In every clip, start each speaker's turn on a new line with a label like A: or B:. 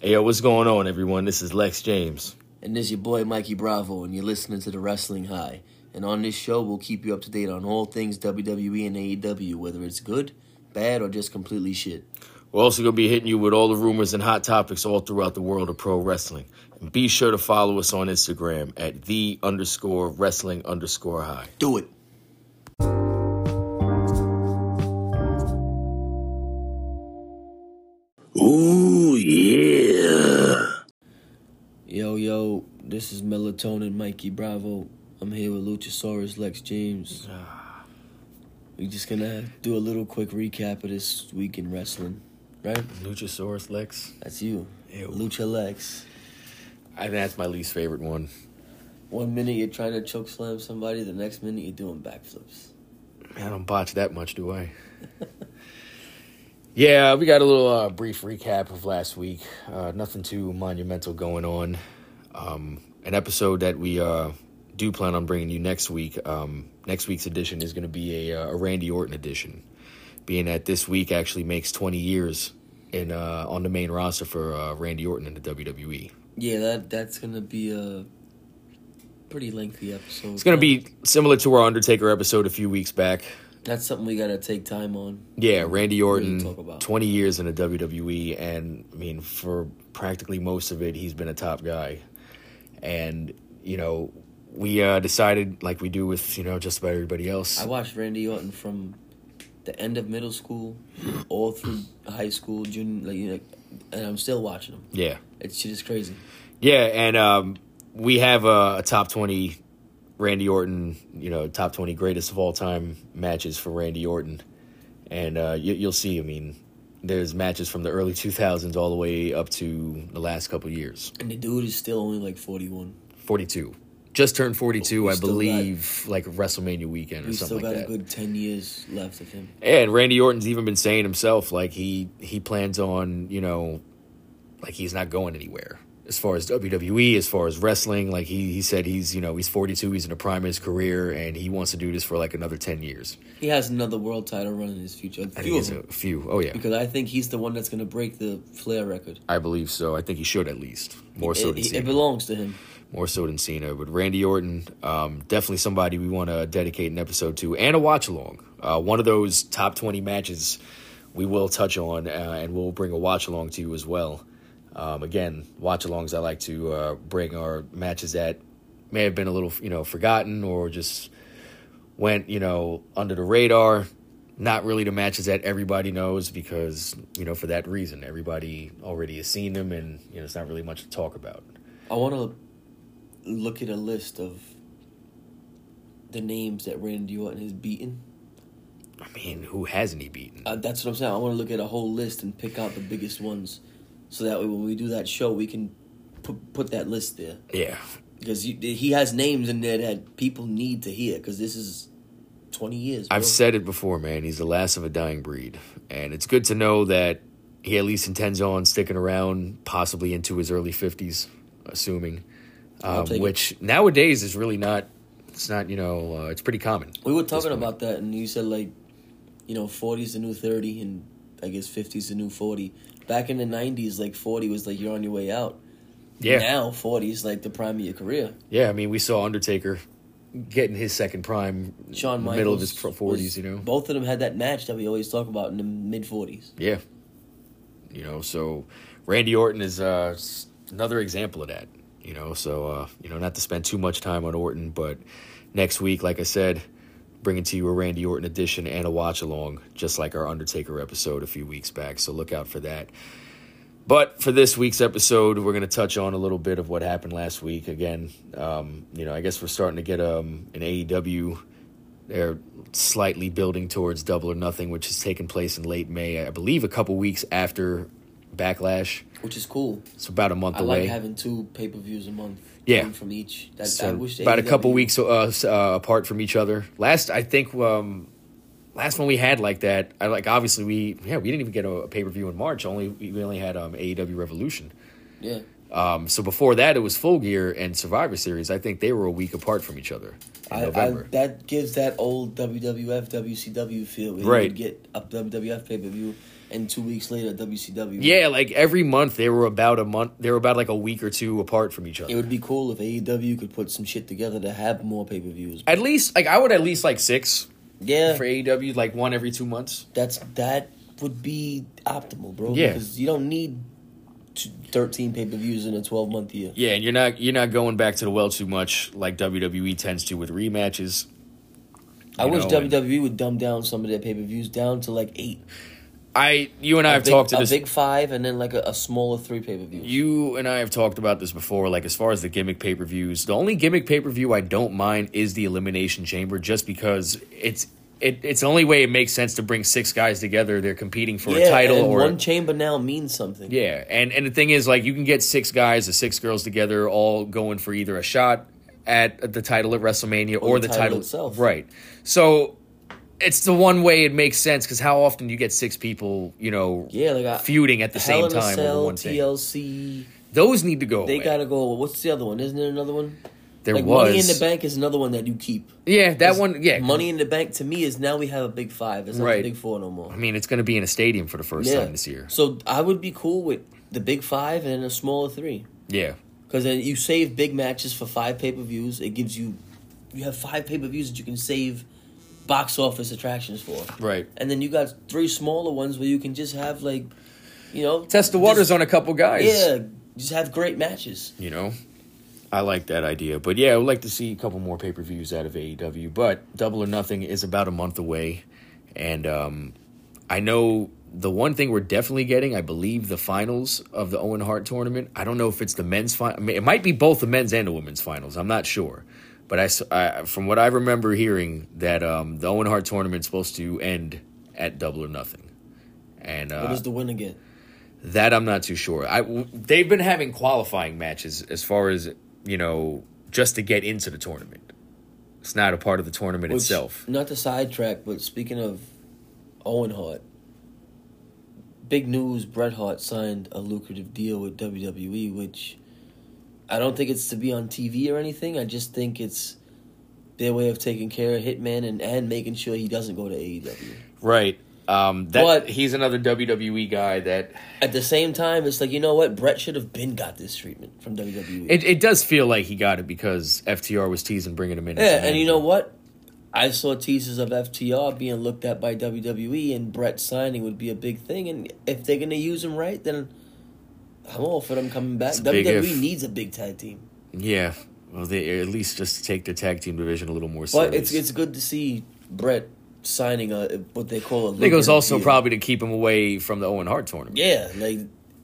A: Hey, yo, what's going on, everyone? This is Lex James.
B: And this is your boy Mikey Bravo, and you're listening to The Wrestling High. And on this show, we'll keep you up to date on all things WWE and AEW, whether it's good, bad, or just completely shit.
A: We're also going to be hitting you with all the rumors and hot topics all throughout the world of pro wrestling. And be sure to follow us on Instagram at the underscore wrestling underscore high.
B: Do it.
C: Ooh, yeah.
B: Yo, yo, this is Melatonin Mikey Bravo. I'm here with Luchasaurus Lex James. We're just gonna do a little quick recap of this week in wrestling, right?
A: Luchasaurus Lex.
B: That's you,
A: Ew.
B: Lucha Lex.
A: I think that's my least favorite one.
B: One minute you're trying to choke slam somebody, the next minute you're doing backflips.
A: I don't botch that much, do I? yeah, we got a little uh, brief recap of last week. Uh, nothing too monumental going on. Um, an episode that we uh, do plan on bringing you next week. Um, next week's edition is going to be a, uh, a Randy Orton edition, being that this week actually makes 20 years in uh, on the main roster for uh, Randy Orton in the E. WWE.
B: Yeah, that that's gonna be a pretty lengthy episode.
A: It's going to be similar to our Undertaker episode a few weeks back.
B: That's something we gotta take time on.
A: Yeah, Randy Orton,
B: talk about.
A: 20 years in the WWE, and I mean, for practically most of it, he's been a top guy. And, you know, we uh, decided, like we do with, you know, just about everybody else.
B: I watched Randy Orton from the end of middle school all through high school, junior, like, you know, and I'm still watching him.
A: yeah.
B: It's shit is crazy.
A: Yeah, and um, we have a, a top 20 Randy Orton, you know, top 20 greatest of all time matches for Randy Orton. And uh, you, you'll see, I mean, there's matches from the early 2000s all the way up to the last couple of years.
B: And the dude is still only like 41.
A: 42. Just turned 42,
B: We
A: I
B: still
A: believe, like WrestleMania weekend or
B: We
A: something
B: still got
A: like
B: a
A: that.
B: good 10 years left of him.
A: and Randy Orton's even been saying himself, like he he plans on, you know, like he's not going anywhere as far as WWE, as far as wrestling. Like he he said, he's you know he's 42, he's in the prime of his career, and he wants to do this for like another 10 years.
B: He has another world title run in his future. A
A: I
B: few
A: think
B: of
A: it's a
B: them.
A: few. Oh yeah,
B: Because I think he's the one that's gonna break the Flair record.
A: I believe so. I think he should at least more so
B: It,
A: than
B: it,
A: Cena.
B: it belongs to him.
A: more so than Cena, but Randy Orton, um, definitely somebody we want to dedicate an episode to and a watch along. Uh, one of those top 20 matches we will touch on, uh, and we'll bring a watch along to you as well. Um, again, watch alongs I like to uh, bring are matches that may have been a little, you know, forgotten or just went, you know, under the radar. Not really the matches that everybody knows because, you know, for that reason, everybody already has seen them and, you know, it's not really much to talk about.
B: I want to look at a list of the names that Randy Orton has beaten.
A: I mean, who hasn't he beaten?
B: Uh, that's what I'm saying. I want to look at a whole list and pick out the biggest ones, so that way when we do that show, we can put put that list there
A: yeah,
B: because you, he has names in there that people need to hear because this is twenty years.
A: I've
B: bro.
A: said it before, man. He's the last of a dying breed, and it's good to know that he at least intends on sticking around, possibly into his early fifties, assuming. Um,
B: take it.
A: which nowadays is really not. It's not you know. Uh, it's pretty common.
B: we were talking about that, and you said like, you know, 40's the new thirty, and I guess 50's the new forty. Back in the '90s, like forty was like you're on your way out.
A: Yeah,
B: Now 40 is like the prime of your career.
A: yeah. I mean, we saw Undertaker getting his second prime,
B: Shawn
A: in the
B: Michaels.
A: middle of his
B: was-
A: forties. You know,
B: Both of them had that match that we always talk about in the mid 40s.
A: Yeah. You know, so Randy Orton is uh, s- another example of that. You know, so, uh, you know, not to spend too much time on Orton, but next week, like I said, bringing to you a Randy Orton edition and a watch along, just like our Undertaker episode a few weeks back. So look out for that. But for this week's episode, we're going to touch on a little bit of what happened last week. Again, um, you know, I guess we're starting to get um, an AEW. They're slightly building towards Double or Nothing, which has taken place in late May, I believe, a couple weeks after Backlash.
B: Which is cool.
A: It's about a month
B: I
A: away.
B: like having two pay per views a month.
A: Yeah.
B: one from each. That,
A: so
B: I wish
A: about a
B: AEW
A: couple weeks uh, s- uh, apart from each other. Last, I think, um, last one we had like that. I like obviously we yeah we didn't even get a, a pay per view in March. Only we only had um, AEW E Revolution.
B: Yeah.
A: Um, so before that, it was Full Gear and Survivor Series. I think they were a week apart from each other in
B: I, I,
A: November.
B: that gives that old WWF WCW feel. where You
A: Right.
B: would get a WWF pay per view, and two weeks later WCW.
A: yeah, like every month they were about a month. They were about like a week or two apart from each other.
B: It would be cool if AEW could put some shit together to have more pay per views.
A: at least, like I would at least like six
B: Yeah,
A: for AEW, like one every two months.
B: that's that would be optimal, bro.
A: Yeah.
B: because you don't need t- thirteen pay per views in a twelve month year.
A: Yeah, and you're not you're not going back to the well too much like WWE tends to with rematches.
B: I
A: You
B: wish
A: know, and-
B: WWE would dumb down some of their pay per views down to like eight.
A: I you and I
B: A
A: have
B: big-
A: talked to
B: a
A: this
B: big five, and then like a, a smaller three pay per view.
A: You and I have talked about this before, like as far as the gimmick pay per views. The only gimmick pay per view I don't mind is the Elimination Chamber, just because it's it, it's the only way it makes sense to bring six guys together. They're competing for a title
B: and
A: or
B: one chamber now means something.
A: yeah, and and the thing is, like you can get six guys or six girls together, all going for either a shot at the title at WrestleMania or,
B: the
A: the,
B: title
A: title
B: itself.
A: right? So it's the one way it makes sense because how often do you get six people, you know,
B: Yeah, like I,
A: feuding at the
B: Hell
A: same
B: in a
A: time
B: Cell,
A: over one thing?
B: TLC.
A: Those need to go.
B: They
A: away.
B: gotta go. What's the other one? Isn't there another one?
A: There
B: like
A: was
B: Money in the Bank is another one that you keep.
A: Yeah, that one. Yeah,
B: Money in the Bank to me is now we have a big five. It's not
A: Right.
B: a big four no more.
A: I mean, it's going to be in a stadium for the first time this year.
B: So I would be cool with the big five and a smaller three.
A: Yeah,
B: Because then you save big matches for five pay per views. It gives you, you have five pay per views that you can save box office attractions for.
A: right.
B: And then you got three smaller ones where you can just have like, you know,
A: Test the waters on a couple guys.
B: Yeah, just have great matches.
A: you know, I like that idea. But yeah, I would like to see a couple more pay per views out of AEW. But Double or Nothing is about a month away, and um, I know the one thing we're definitely getting. I believe the finals of the Owen Hart tournament. I don't know if it's the men's final. I mean, it might be both the men's and the women's finals. I'm not sure. But I, s- I- from what I remember hearing, that um, the Owen Hart tournament's supposed to end at Double or Nothing, and uh,
B: What does the winner get?
A: that I'm not too sure. I w- they've been having qualifying matches as far as you know, just to get into the tournament. It's not a part of the tournament
B: Which-
A: itself.
B: Not to sidetrack, but speaking of Owen Hart, big news: Bret Hart signed a lucrative deal with WWE, which I don't think it's to be on TV or anything. I just think it's their way of taking care of Hitman and, and making sure he doesn't go to E AEW.
A: Right. Um, that
B: But-
A: he's another WWE guy that
B: At the same time, it's like you know what? Bret should have been got this treatment from E. WWE.
A: it, it does feel like he got it because FTR was teasing bringing him in. as
B: Yeah,
A: the
B: and you
A: manager.
B: know what? I saw teasers of FTR being looked at by WWE, and Brett signing would be a big thing. And if they're gonna use him right, then I'm all for them coming back.
A: a big
B: WWE
A: if.
B: needs a big tag team,
A: Yeah. Well, they at least just to take the tag team division a little more serious.
B: but it's it's good to see Brett signing a what they call a.
A: I think it was
B: lucrative
A: also
B: deal.
A: probably to keep him away from the Owen Hart tournament.
B: yeah, like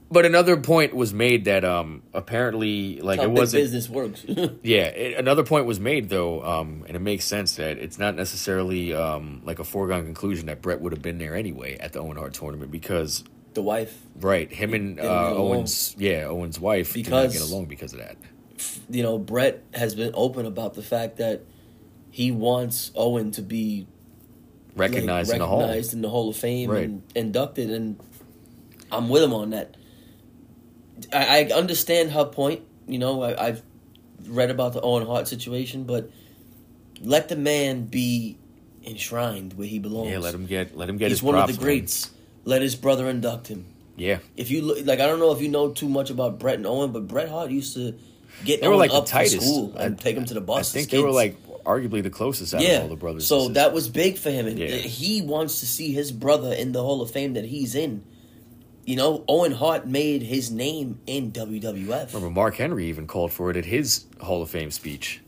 A: But another point was made that um apparently like
B: how
A: it
B: big
A: wasn't
B: business works.
A: Yeah, it, another point was made though, um, and it makes sense that it's not necessarily um, like a foregone conclusion that Brett would have been there anyway at the Owen Hart tournament because
B: the wife,
A: right, him and
B: didn't
A: uh,
B: get along.
A: Owen's yeah Owen's wife
B: Because-
A: did not get along because of that.
B: you know, Brett has been open about the fact that he wants Owen to be like,
A: Recognized in the hall,
B: recognized in the Hall of Fame
A: Right.
B: and inducted, and I'm with him on that. I, I understand her point. You know, I, I've read about the Owen Hart situation, but let the man be enshrined where he belongs.
A: yeah, let him get let him get
B: He's
A: his
B: one of
A: props,
B: the
A: man.
B: greats. Let his brother induct him.
A: Yeah,
B: If you look, like, I don't know if you know too much about Brett and Owen, but Bret Hart used to get
A: they were
B: Owen
A: like the
B: up to
A: tightest.
B: school
A: I-
B: and take him to the bus.
A: I think they
B: his
A: were
B: kids.
A: like arguably the closest out
B: Yeah.
A: of all the brothers. and
B: So
A: sisters.
B: that was big for him, and
A: Yeah.
B: he wants to see his brother in the Hall of Fame that he's in. You know, Owen Hart made his name in WWF.
A: remember Mark Henry even called for it at his Hall of Fame speech.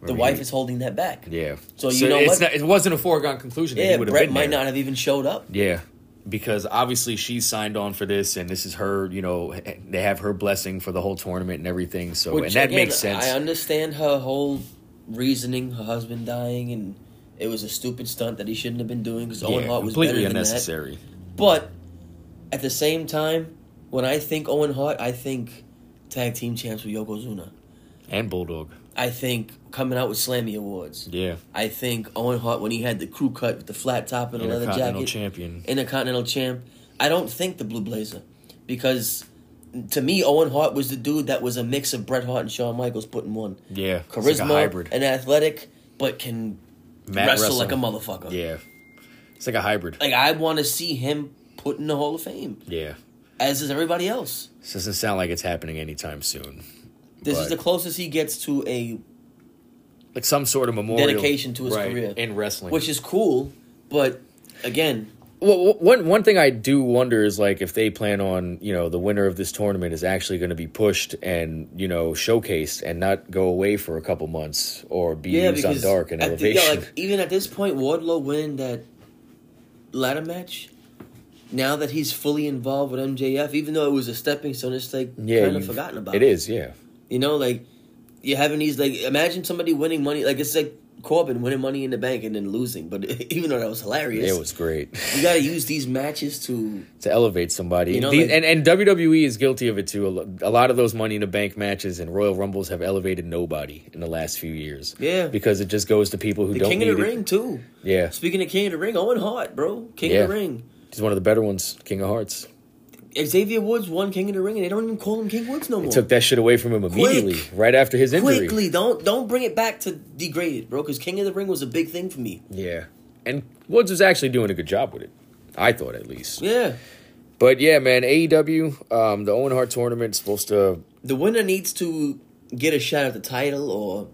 B: the
A: Remember
B: wife
A: he-
B: is holding that back.
A: Yeah.
B: So you know
A: it's
B: what?
A: Not, it wasn't a foregone conclusion. that
B: Yeah,
A: he would have
B: Brett
A: been
B: might
A: there.
B: not have even showed up.
A: Yeah, because obviously she signed on for this, and this is her. You know, h- they have her blessing for the whole tournament and everything. So,
B: Which,
A: Oh, and that
B: again,
A: makes sense.
B: I understand her whole reasoning, her husband dying, and it was a stupid stunt that he shouldn't have been doing because Owen
A: Yeah,
B: Hart was
A: completely
B: better than that.
A: unnecessary.
B: But at the same time, when I think Owen Hart, I think tag team champs with Yokozuna.
A: And Bulldog.
B: I think coming out with Slammy Awards.
A: Yeah,
B: I think Owen Hart when he had the crew cut with the flat top and the leather
A: Intercontinental
B: jacket,
A: champion.
B: Intercontinental champ. I don't think the Blue Blazer because to me, Owen Hart was the dude that was a mix of Bret Hart and Shawn Michaels put in one.
A: Yeah, it's like a
B: Charisma
A: hybrid.
B: and athletic, but can
A: Matt
B: wrestle, like a
A: Russell.
B: motherfucker.
A: Yeah, it's like a hybrid.
B: Like I want to see him put in the Hall of Fame,
A: Yeah,
B: as is everybody else.
A: this doesn't sound like it's happening anytime soon.
B: This is
A: But-
B: the closest he gets to a,
A: Like some sort of memorial
B: Dedication to his
A: right,
B: career.
A: in wrestling,
B: which is cool, but again,
A: Well, w- one one thing I do wonder is like if they plan on you know the winner of this tournament is actually going to be pushed and you know showcased and not go away for a couple months or be
B: yeah,
A: used on
B: because
A: dark and
B: at the- yeah,
A: elevation.
B: like, even at this point, Wardlow winning that ladder match. Now that he's fully involved with MJF, even though it was a stepping stone, it's like
A: yeah,
B: kind of
A: you've-
B: forgotten about.
A: it is. Yeah,
B: You know, like you're having these like imagine somebody winning money like it's like Corbin winning money in the bank and then losing. But even though that was hilarious,
A: it was great
B: you gotta use these matches to
A: to elevate somebody.
B: You know,
A: The-
B: like-
A: and and WWE is guilty of it too. A lo- A lot of those Money in the Bank matches and Royal Rumbles have elevated nobody in the last few years.
B: Yeah.
A: because it just goes to people who
B: the
A: don't
B: King
A: need
B: of the
A: it.
B: Ring too.
A: Yeah,
B: Speaking of King of the Ring, Owen Hart, bro, King of the
A: Yeah.
B: Ring.
A: he's one of the better ones. King of Hearts.
B: Xavier Woods won King of the Ring, and they don't even call him King Woods no more.
A: Took that shit away from him immediately, right after his injury.
B: Quickly, don't don't bring it back to degraded, bro. Because King of the Ring was a big thing for me.
A: Yeah. And Woods was actually doing a good job with it. I thought at least.
B: Yeah,
A: But yeah, man, AEW, um, the Owen Hart tournament's supposed to
B: the winner needs to get a shot at the title or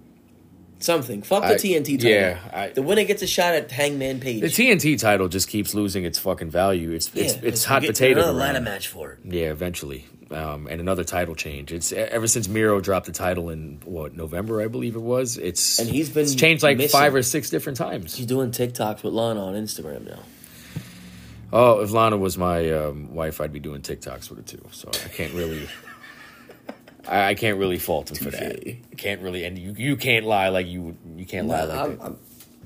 B: something. Fuck the
A: I-
B: TNT title.
A: yeah, I-
B: the winner gets a shot at Hangman Page.
A: the TNT title just keeps losing its fucking value. It's it's it's hot potato.
B: Another
A: around.
B: ladder match for it.
A: Yeah, eventually. Um, and another title change. It's e- ever since Miro dropped the title in what November, I believe it was. It's
B: And he's been
A: it's changed like
B: missing.
A: five or six different times.
B: He's doing TikToks with Lana on Instagram now.
A: Oh, if Lana was my um, wife, I'd be doing TikToks with her too. So I can't really, I, I can't really fault him for that. Can't really, and you you can't lie like you you can't lie like
B: I'm-
A: that.
B: I'm-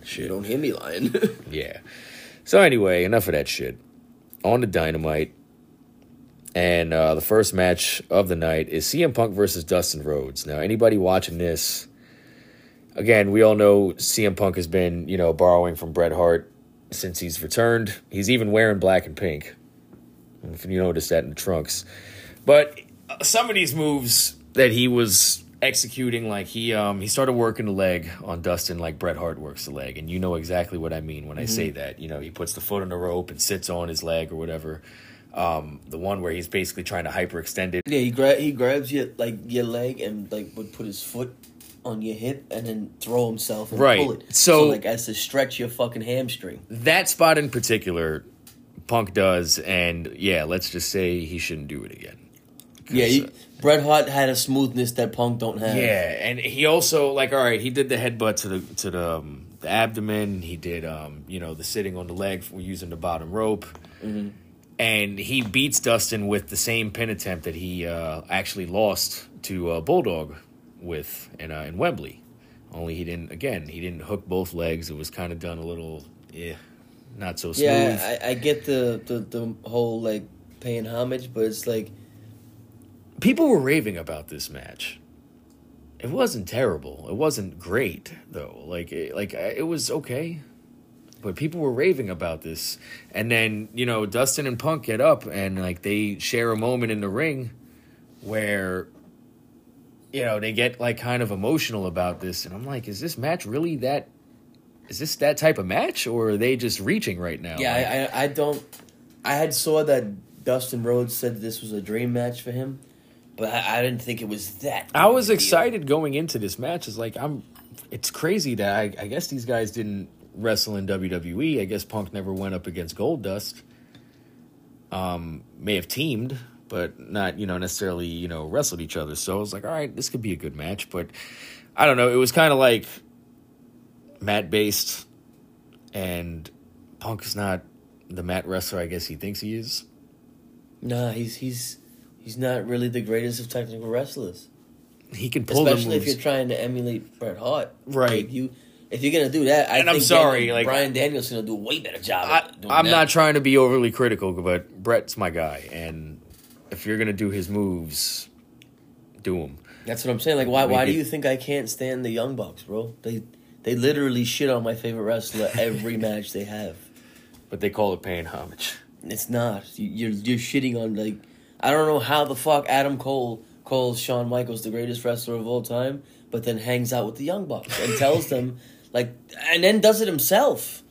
A: shit.
B: don't hear me lying.
A: Yeah. So anyway, enough of that shit. On to Dynamite, and uh, the first match of the night is CM Punk versus Dustin Rhodes. Now, anybody watching this, again, we all know CM Punk has been you know borrowing from Bret Hart since he's returned. He's even wearing black and pink. If you notice that in the trunks, but uh, some of these moves that he was executing, like he um he started working the leg on Dustin like Bret Hart works the leg, and you know exactly what I mean when I say that. You know, he puts the foot on the rope and sits on his leg or whatever. Um, the one where he's basically trying to hyperextend it.
B: yeah, he gra- he grabs your like your leg and like would put his foot on your hip and then throw himself and
A: Right.
B: pull it.
A: So-
B: like as to stretch your fucking hamstring.
A: That spot in particular, Punk does, and yeah, let's just say he shouldn't do it again.
B: Yeah, he, Bret Hart had a smoothness that Punk don't have.
A: Yeah, and he also like all right, he did the headbutt to the to the, um, the abdomen. He did um, you know the sitting on the leg for using the bottom rope,
B: Mm-hmm.
A: and he beats Dustin with the same pin attempt that he uh, actually lost to uh, Bulldog with in uh, in Wembley. Only he didn't again. He didn't hook both legs. It was kind of done a little yeah, not so smooth.
B: yeah. I, I get the, the the whole like paying homage, but it's like
A: people were raving about this match. It wasn't terrible. It wasn't great though. Like it, like I- it was okay. But people were raving about this, and then you know Dustin and Punk get up and like they share a moment in the ring where you know they get like kind of emotional about this, and I'm like, is this match really that? Is this that type of match, or are they just reaching right now? Like,
B: Yeah, I, I, I don't. I had saw that Dustin Rhodes said this was a dream match for him, but I, I didn't think it was that.
A: I was
B: big a deal.
A: excited going into this match. It's like I'm. It's crazy that I, I guess these guys didn't wrestle in WWE. I guess Punk never went up against Gold Dust. Um, may have teamed, but not you know necessarily you know wrestled each other. So I was like, all right, this could be a good match. But I don't know. It was kind of like mat based, and Punk is not the mat wrestler. I guess he thinks he is.
B: Nah, he's he's he's not really the greatest of technical wrestlers,
A: He can pull them
B: especially if you're
A: moves.
B: trying to emulate Bret Hart.
A: Right.
B: Like, you if you're gonna do that, I
A: And I'm
B: think
A: sorry,
B: Daniel-
A: like-
B: Brian Danielson will do a way better job.
A: I,
B: at doing
A: I'm
B: that.
A: not trying to be overly critical, but Brett's my guy, and if you're gonna do his moves, do them.
B: That's what I'm saying. Like, why why do
A: Maybe-
B: you think I can't stand the Young Bucks, bro? They they literally shit on my favorite wrestler every match they have.
A: But they call it paying homage.
B: It's not. You- You're you're shitting on like I don't know how the fuck Adam Cole calls Shawn Michaels the greatest wrestler of all time, but then hangs out with the Young Bucks and tells them, like, and then does it himself.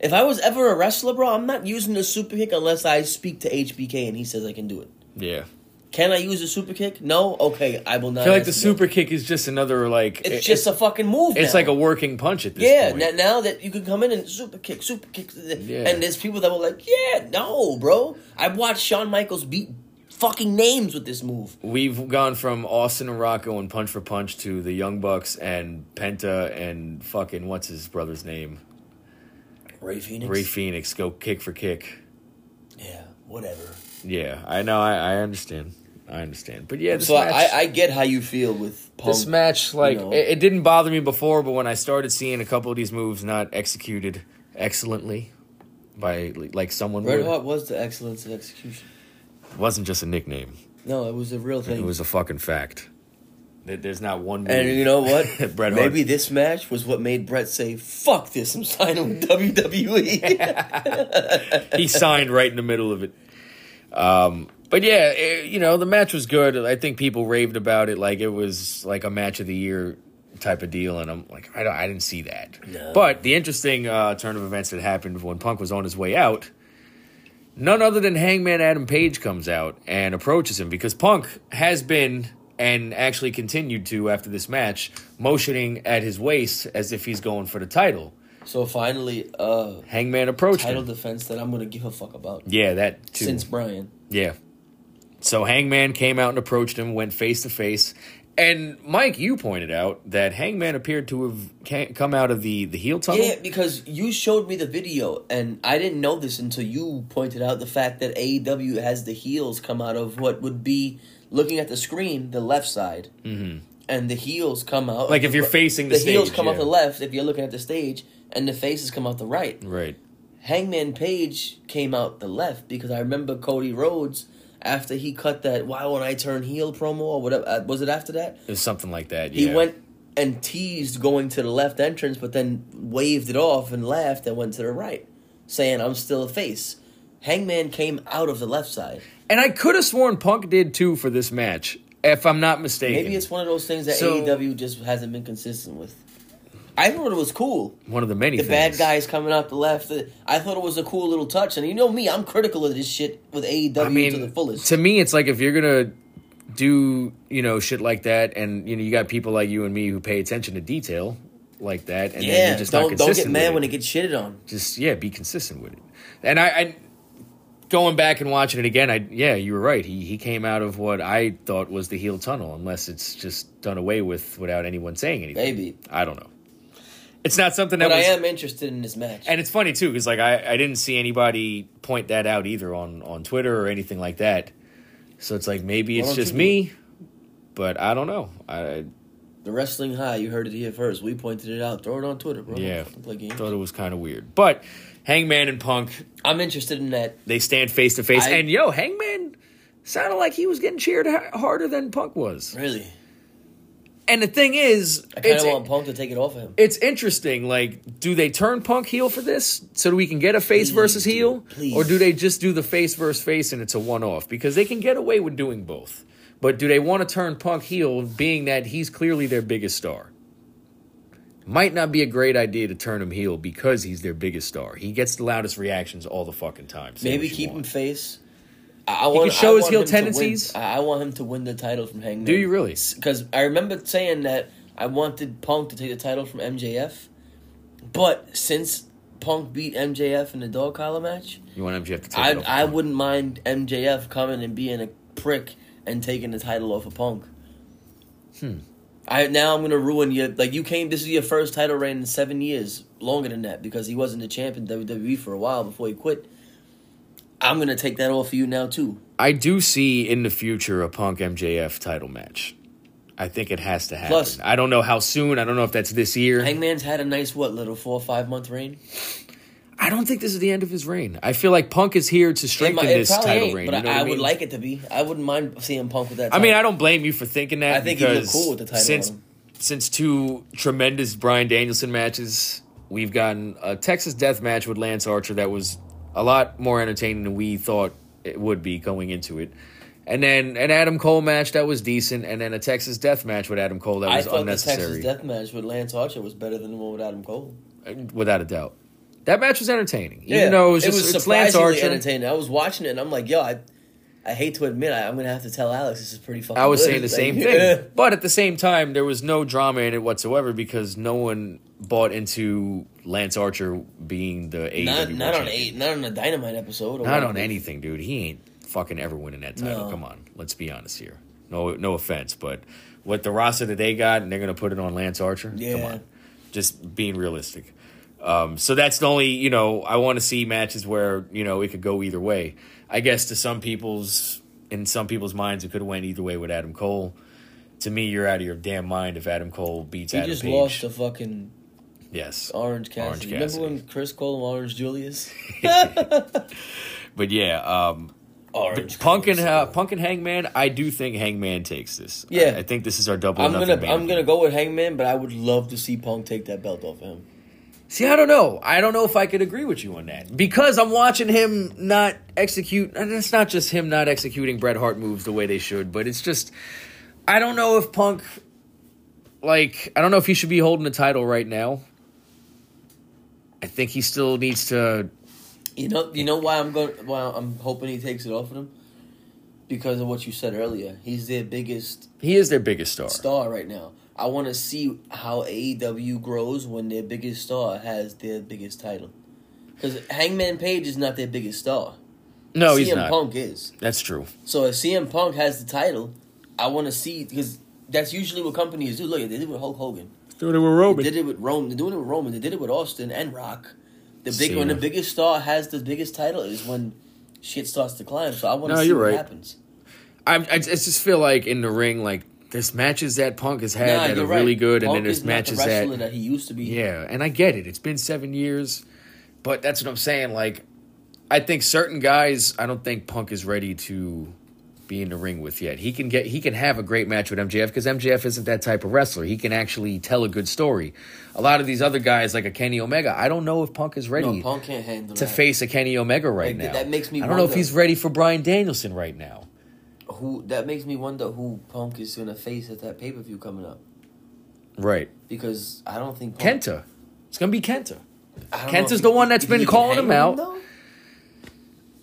B: If I was ever a wrestler, bro, I'm not using a super kick unless I speak to HBK and he says I can do it. Uh,
A: Yeah.
B: Can I use a super kick? No. Okay, I will not.
A: I feel like the
B: ask again.
A: super kick is just another like
B: It's
A: it-
B: just a fucking move.
A: it's
B: now.
A: like a working punch at this
B: Yeah,
A: point.
B: n- now that you can come in and super kick, super kick,
A: Yeah.
B: and there's people that were like, "Yeah, no, bro, I watched Shawn Michaels beat fucking names with this move."
A: We've gone from Austin and Rocco and Punch for Punch to the Young Bucks and Penta and fucking what's his brother's name?
B: Ray Phoenix.
A: Ray Phoenix go kick for kick.
B: yeah, whatever.
A: Yeah, I know. I, I understand. I understand. But yeah, this
B: So
A: match,
B: I, I get how you feel with Punk.
A: this match like
B: know.
A: it, it didn't bother me before, but when I started seeing a couple of these moves not executed excellently by like someone
B: Red
A: would,
B: Hot was the excellence of execution.
A: it wasn't just a nickname.
B: No, it was a real thing.
A: It was a fucking fact. There- There's not one. Move.
B: and you know what?
A: Bret Hart.
B: Maybe this match was what made Brett say, "Fuck this, I'm signing with E." WWE."
A: he signed right in the middle of it. Um, but yeah, eh, you know the match was good. I think people raved about it like it was like a match of the year type of deal, and I'm like, I, don't, I didn't see that.
B: No.
A: But the interesting uh, turn of events that happened when Punk was on his way out, none other than Hangman Adam Page comes out and approaches him because Punk has been and actually continued to after this match motioning at his waist as if he's going for the title.
B: so finally, uh,
A: Hangman approached
B: title
A: him.
B: defense that I'm gonna give a fuck about
A: yeah, that too.
B: since Brian.
A: Yeah. So Hangman came out and approached him, went face to face. And Mike, you pointed out that Hangman appeared to have ca- come out of the, the heel tunnel.
B: Yeah, because you showed me the video, and I didn't know this until you pointed out the fact that AEW has the heels come out of what would be looking at the screen, the left side, mm-hmm. and the heels come out.
A: Like if you're facing the
B: the heels
A: stage,
B: come out
A: yeah.
B: the left if you're looking at the stage, and the faces come out the right.
A: Right.
B: Hangman Page came out the left because I remember Cody Rhodes after he cut that "Why won't I turn heel" promo or whatever uh, was it after that?
A: It was something like that.
B: He
A: yeah.
B: went and teased going to the left entrance, but then waved it off and laughed and went to the right, saying, I'm still a face. Hangman came out of the left side.
A: And I could have sworn Punk did too for this match, if I'm not mistaken.
B: Maybe it's one of those things that
A: So-
B: AEW just hasn't been consistent with. I thought it was cool.
A: one of the many
B: The
A: things.
B: bad guys coming out the left. I thought it was a cool little touch. And you know me, I'm critical of this shit with AEW
A: I mean,
B: to the fullest.
A: to me, it's like if you're gonna do you know shit like that, and you know you got people like you and me who pay attention to detail like that, and then
B: yeah,
A: you're just not
B: don't, don't
A: consistent
B: get
A: with
B: mad
A: it.
B: when it gets shitted on.
A: just yeah, be consistent with it. And I, I going back and watching it again, I yeah, you were right. He he came out of what I thought was the heel tunnel, unless it's just done away with without anyone saying anything.
B: Maybe.
A: I don't know. It's not something that
B: But I
A: was,
B: am interested in this match.
A: and it's funny too because like I, I didn't see anybody point that out either on on Twitter or anything like that. So it's like maybe
B: Why
A: it's
B: don't you
A: just
B: do
A: me, but I don't know. I
B: The Wrestling High, you heard it here first. We pointed it out. Throw it on Twitter, bro.
A: yeah,
B: Don't play games.
A: thought it was kind of weird, but Hangman and Punk
B: I'm interested in that.
A: they stand face to face.
B: I-
A: And yo, Hangman sounded like he was getting cheered ha- harder than Punk was.
B: Really?
A: And the thing is,
B: I kind
A: it's,
B: of want Punk to take it off of him.
A: it's interesting. Like, do they turn Punk heel for this so that we can get a face versus
B: dude,
A: heel,
B: please.
A: or do they just do the face versus face and it's a one off? Because they can get away with doing both. But do they want to turn Punk heel, being that he's clearly their biggest star? Might not be a great idea to turn him heel because he's their biggest star. He gets the loudest reactions all the fucking time. Say
B: Maybe
A: what you
B: keep
A: want.
B: him face. I, I
A: can
B: want
A: show
B: I
A: his
B: want
A: heel
B: him to win.
A: tendencies.
B: I, I want him to win the title from Hangman.
A: Do you really?
B: Because I remember saying that I wanted Punk to take the title from MJF, but since Punk beat MJF in the dog collar match,
A: You want MJF to take
B: I
A: it off
B: I
A: Punk?
B: wouldn't mind MJF coming and being a prick and taking the title off of Punk. Hmm.
A: Hmm.
B: I now I'm gonna ruin your like you came. This is your first title reign in seven years, longer than that because he wasn't the champ in WWE for a while before he quit. I'm gonna take that off of you now too.
A: I do see in the future a Punk MJF title match. I think it has to happen.
B: Plus-
A: I don't know how soon. I don't know if that's this year.
B: Hangman's had a nice what little four or five month reign.
A: I don't think this is the end of his reign. I feel like Punk is here to
B: It,
A: strengthen
B: might, it
A: this
B: probably
A: title
B: ain't,
A: reign.
B: but
A: you know
B: I,
A: what
B: would
A: mean?
B: like it to be. I wouldn't mind seeing Punk with that.
A: I
B: Title.
A: mean, I don't blame you for thinking that.
B: I think he'd look
A: because
B: cool with the title
A: since
B: on him.
A: since two tremendous Brian Danielson matches, we've gotten a Texas Death match with Lance Archer that was a lot more entertaining than we thought it would be going into it, And then an Adam Cole match that was decent, and then a Texas Death match with Adam Cole that
B: I
A: was
B: thought the Texas
A: unnecessary, uh,
B: death match with Lance Archer was better than the one with Adam Cole.
A: without a doubt. That match was entertaining, even though it was just it's Lance
B: surprisingly
A: Archer.
B: entertaining. I was watching it and I'm like, yo, I, I hate to admit, I, I'm gonna have to tell Alex this is pretty fucking.
A: I was
B: good.
A: saying the
B: Like,
A: same thing, but at the same time, there was no drama in it whatsoever because no one bought into Lance Archer being the AEW
B: not
A: world
B: not on
A: champion.
B: eight, not on a Dynamite episode. Or
A: Not
B: whatever.
A: on anything, dude. He ain't fucking ever winning that title.
B: No.
A: Come on, let's be honest here. No, no offense, but what the roster that they got, and they're gonna put it on Lance Archer. Come
B: Yeah.
A: on, just being realistic. Um, so that's the only you know I want to see matches where you know it could go either way. I guess to some people's in some people's minds it could have went either way with Adam Cole. To me, you're out of your damn mind if Adam Cole beats
B: He
A: Adam
B: just
A: Page.
B: lost to fucking
A: yes,
B: Orange Cassidy.
A: Orange
B: Remember
A: Cassidy.
B: when Chris Cole and Orange Julius?
A: but yeah, um,
B: Orange
A: Punk and
B: Cole.
A: uh, Punk and Hangman, I do think Hangman takes this. I-
B: Yeah.
A: I, think this is our double. or
B: I'm
A: nothing
B: gonna
A: main
B: I'm gonna
A: event.
B: go with Hangman, but I would love to see Punk take that belt off him.
A: See, I don't know. I don't know if I could agree with you on that because I'm watching him not execute, and it's not just him not executing Bret Hart moves the way they should, but it's just I don't know if Punk, like, I don't know if he should be holding the title right now. I think he still needs to.
B: You know, you know why I'm going. Why I'm hoping he takes it off of him because of what you said earlier. He's their biggest
A: He is their biggest star.
B: star right now. I want to see how AEW grows when their biggest star has their biggest title. Because Hangman Page is not their biggest star.
A: No,
B: CM
A: he's not.
B: Punk is.
A: That's true.
B: So if CM Punk has the title, I want to see because that's usually what companies do. Look, they did it with Hulk Hogan.
A: Doing it with
B: They
A: Roman.
B: did it with Rome. They're doing it with Roman. They did it with Austin and Rock. The big when
A: Cena.
B: the biggest star has the biggest title is when shit starts to climb. So I want to
A: No,
B: see
A: you're
B: what
A: right.
B: happens.
A: I, I just feel like in the ring, like there's matches that Punk has had
B: Nah,
A: that are
B: you're right.
A: really good, and
B: Punk
A: then there's
B: is not the
A: matches
B: wrestler
A: that,
B: that he used to be.
A: yeah. And I get it; it's been seven years, but that's what I'm saying. Like, I think certain guys, I don't think Punk is ready to be in the ring with yet. He can get, he can have a great match with MJF because MJF isn't that type of wrestler. He can actually tell a good story. A lot of these other guys, like a Kenny Omega, I don't know if Punk is ready
B: No, Punk can't handle
A: to
B: that.
A: face a Kenny Omega right
B: Like, th-
A: now.
B: that makes me
A: I don't know if
B: wonder.
A: he's ready for Brian Danielson right now.
B: Who that makes me wonder who Punk is gonna face at that pay per view coming up
A: Right.
B: because I don't think Punk,
A: Oh. Kenta. It's gonna be Kenta.
B: I don't know
A: Kenta's
B: if
A: the
B: he-
A: one that's
B: if
A: been
B: he can
A: calling
B: hang
A: him out.
B: though?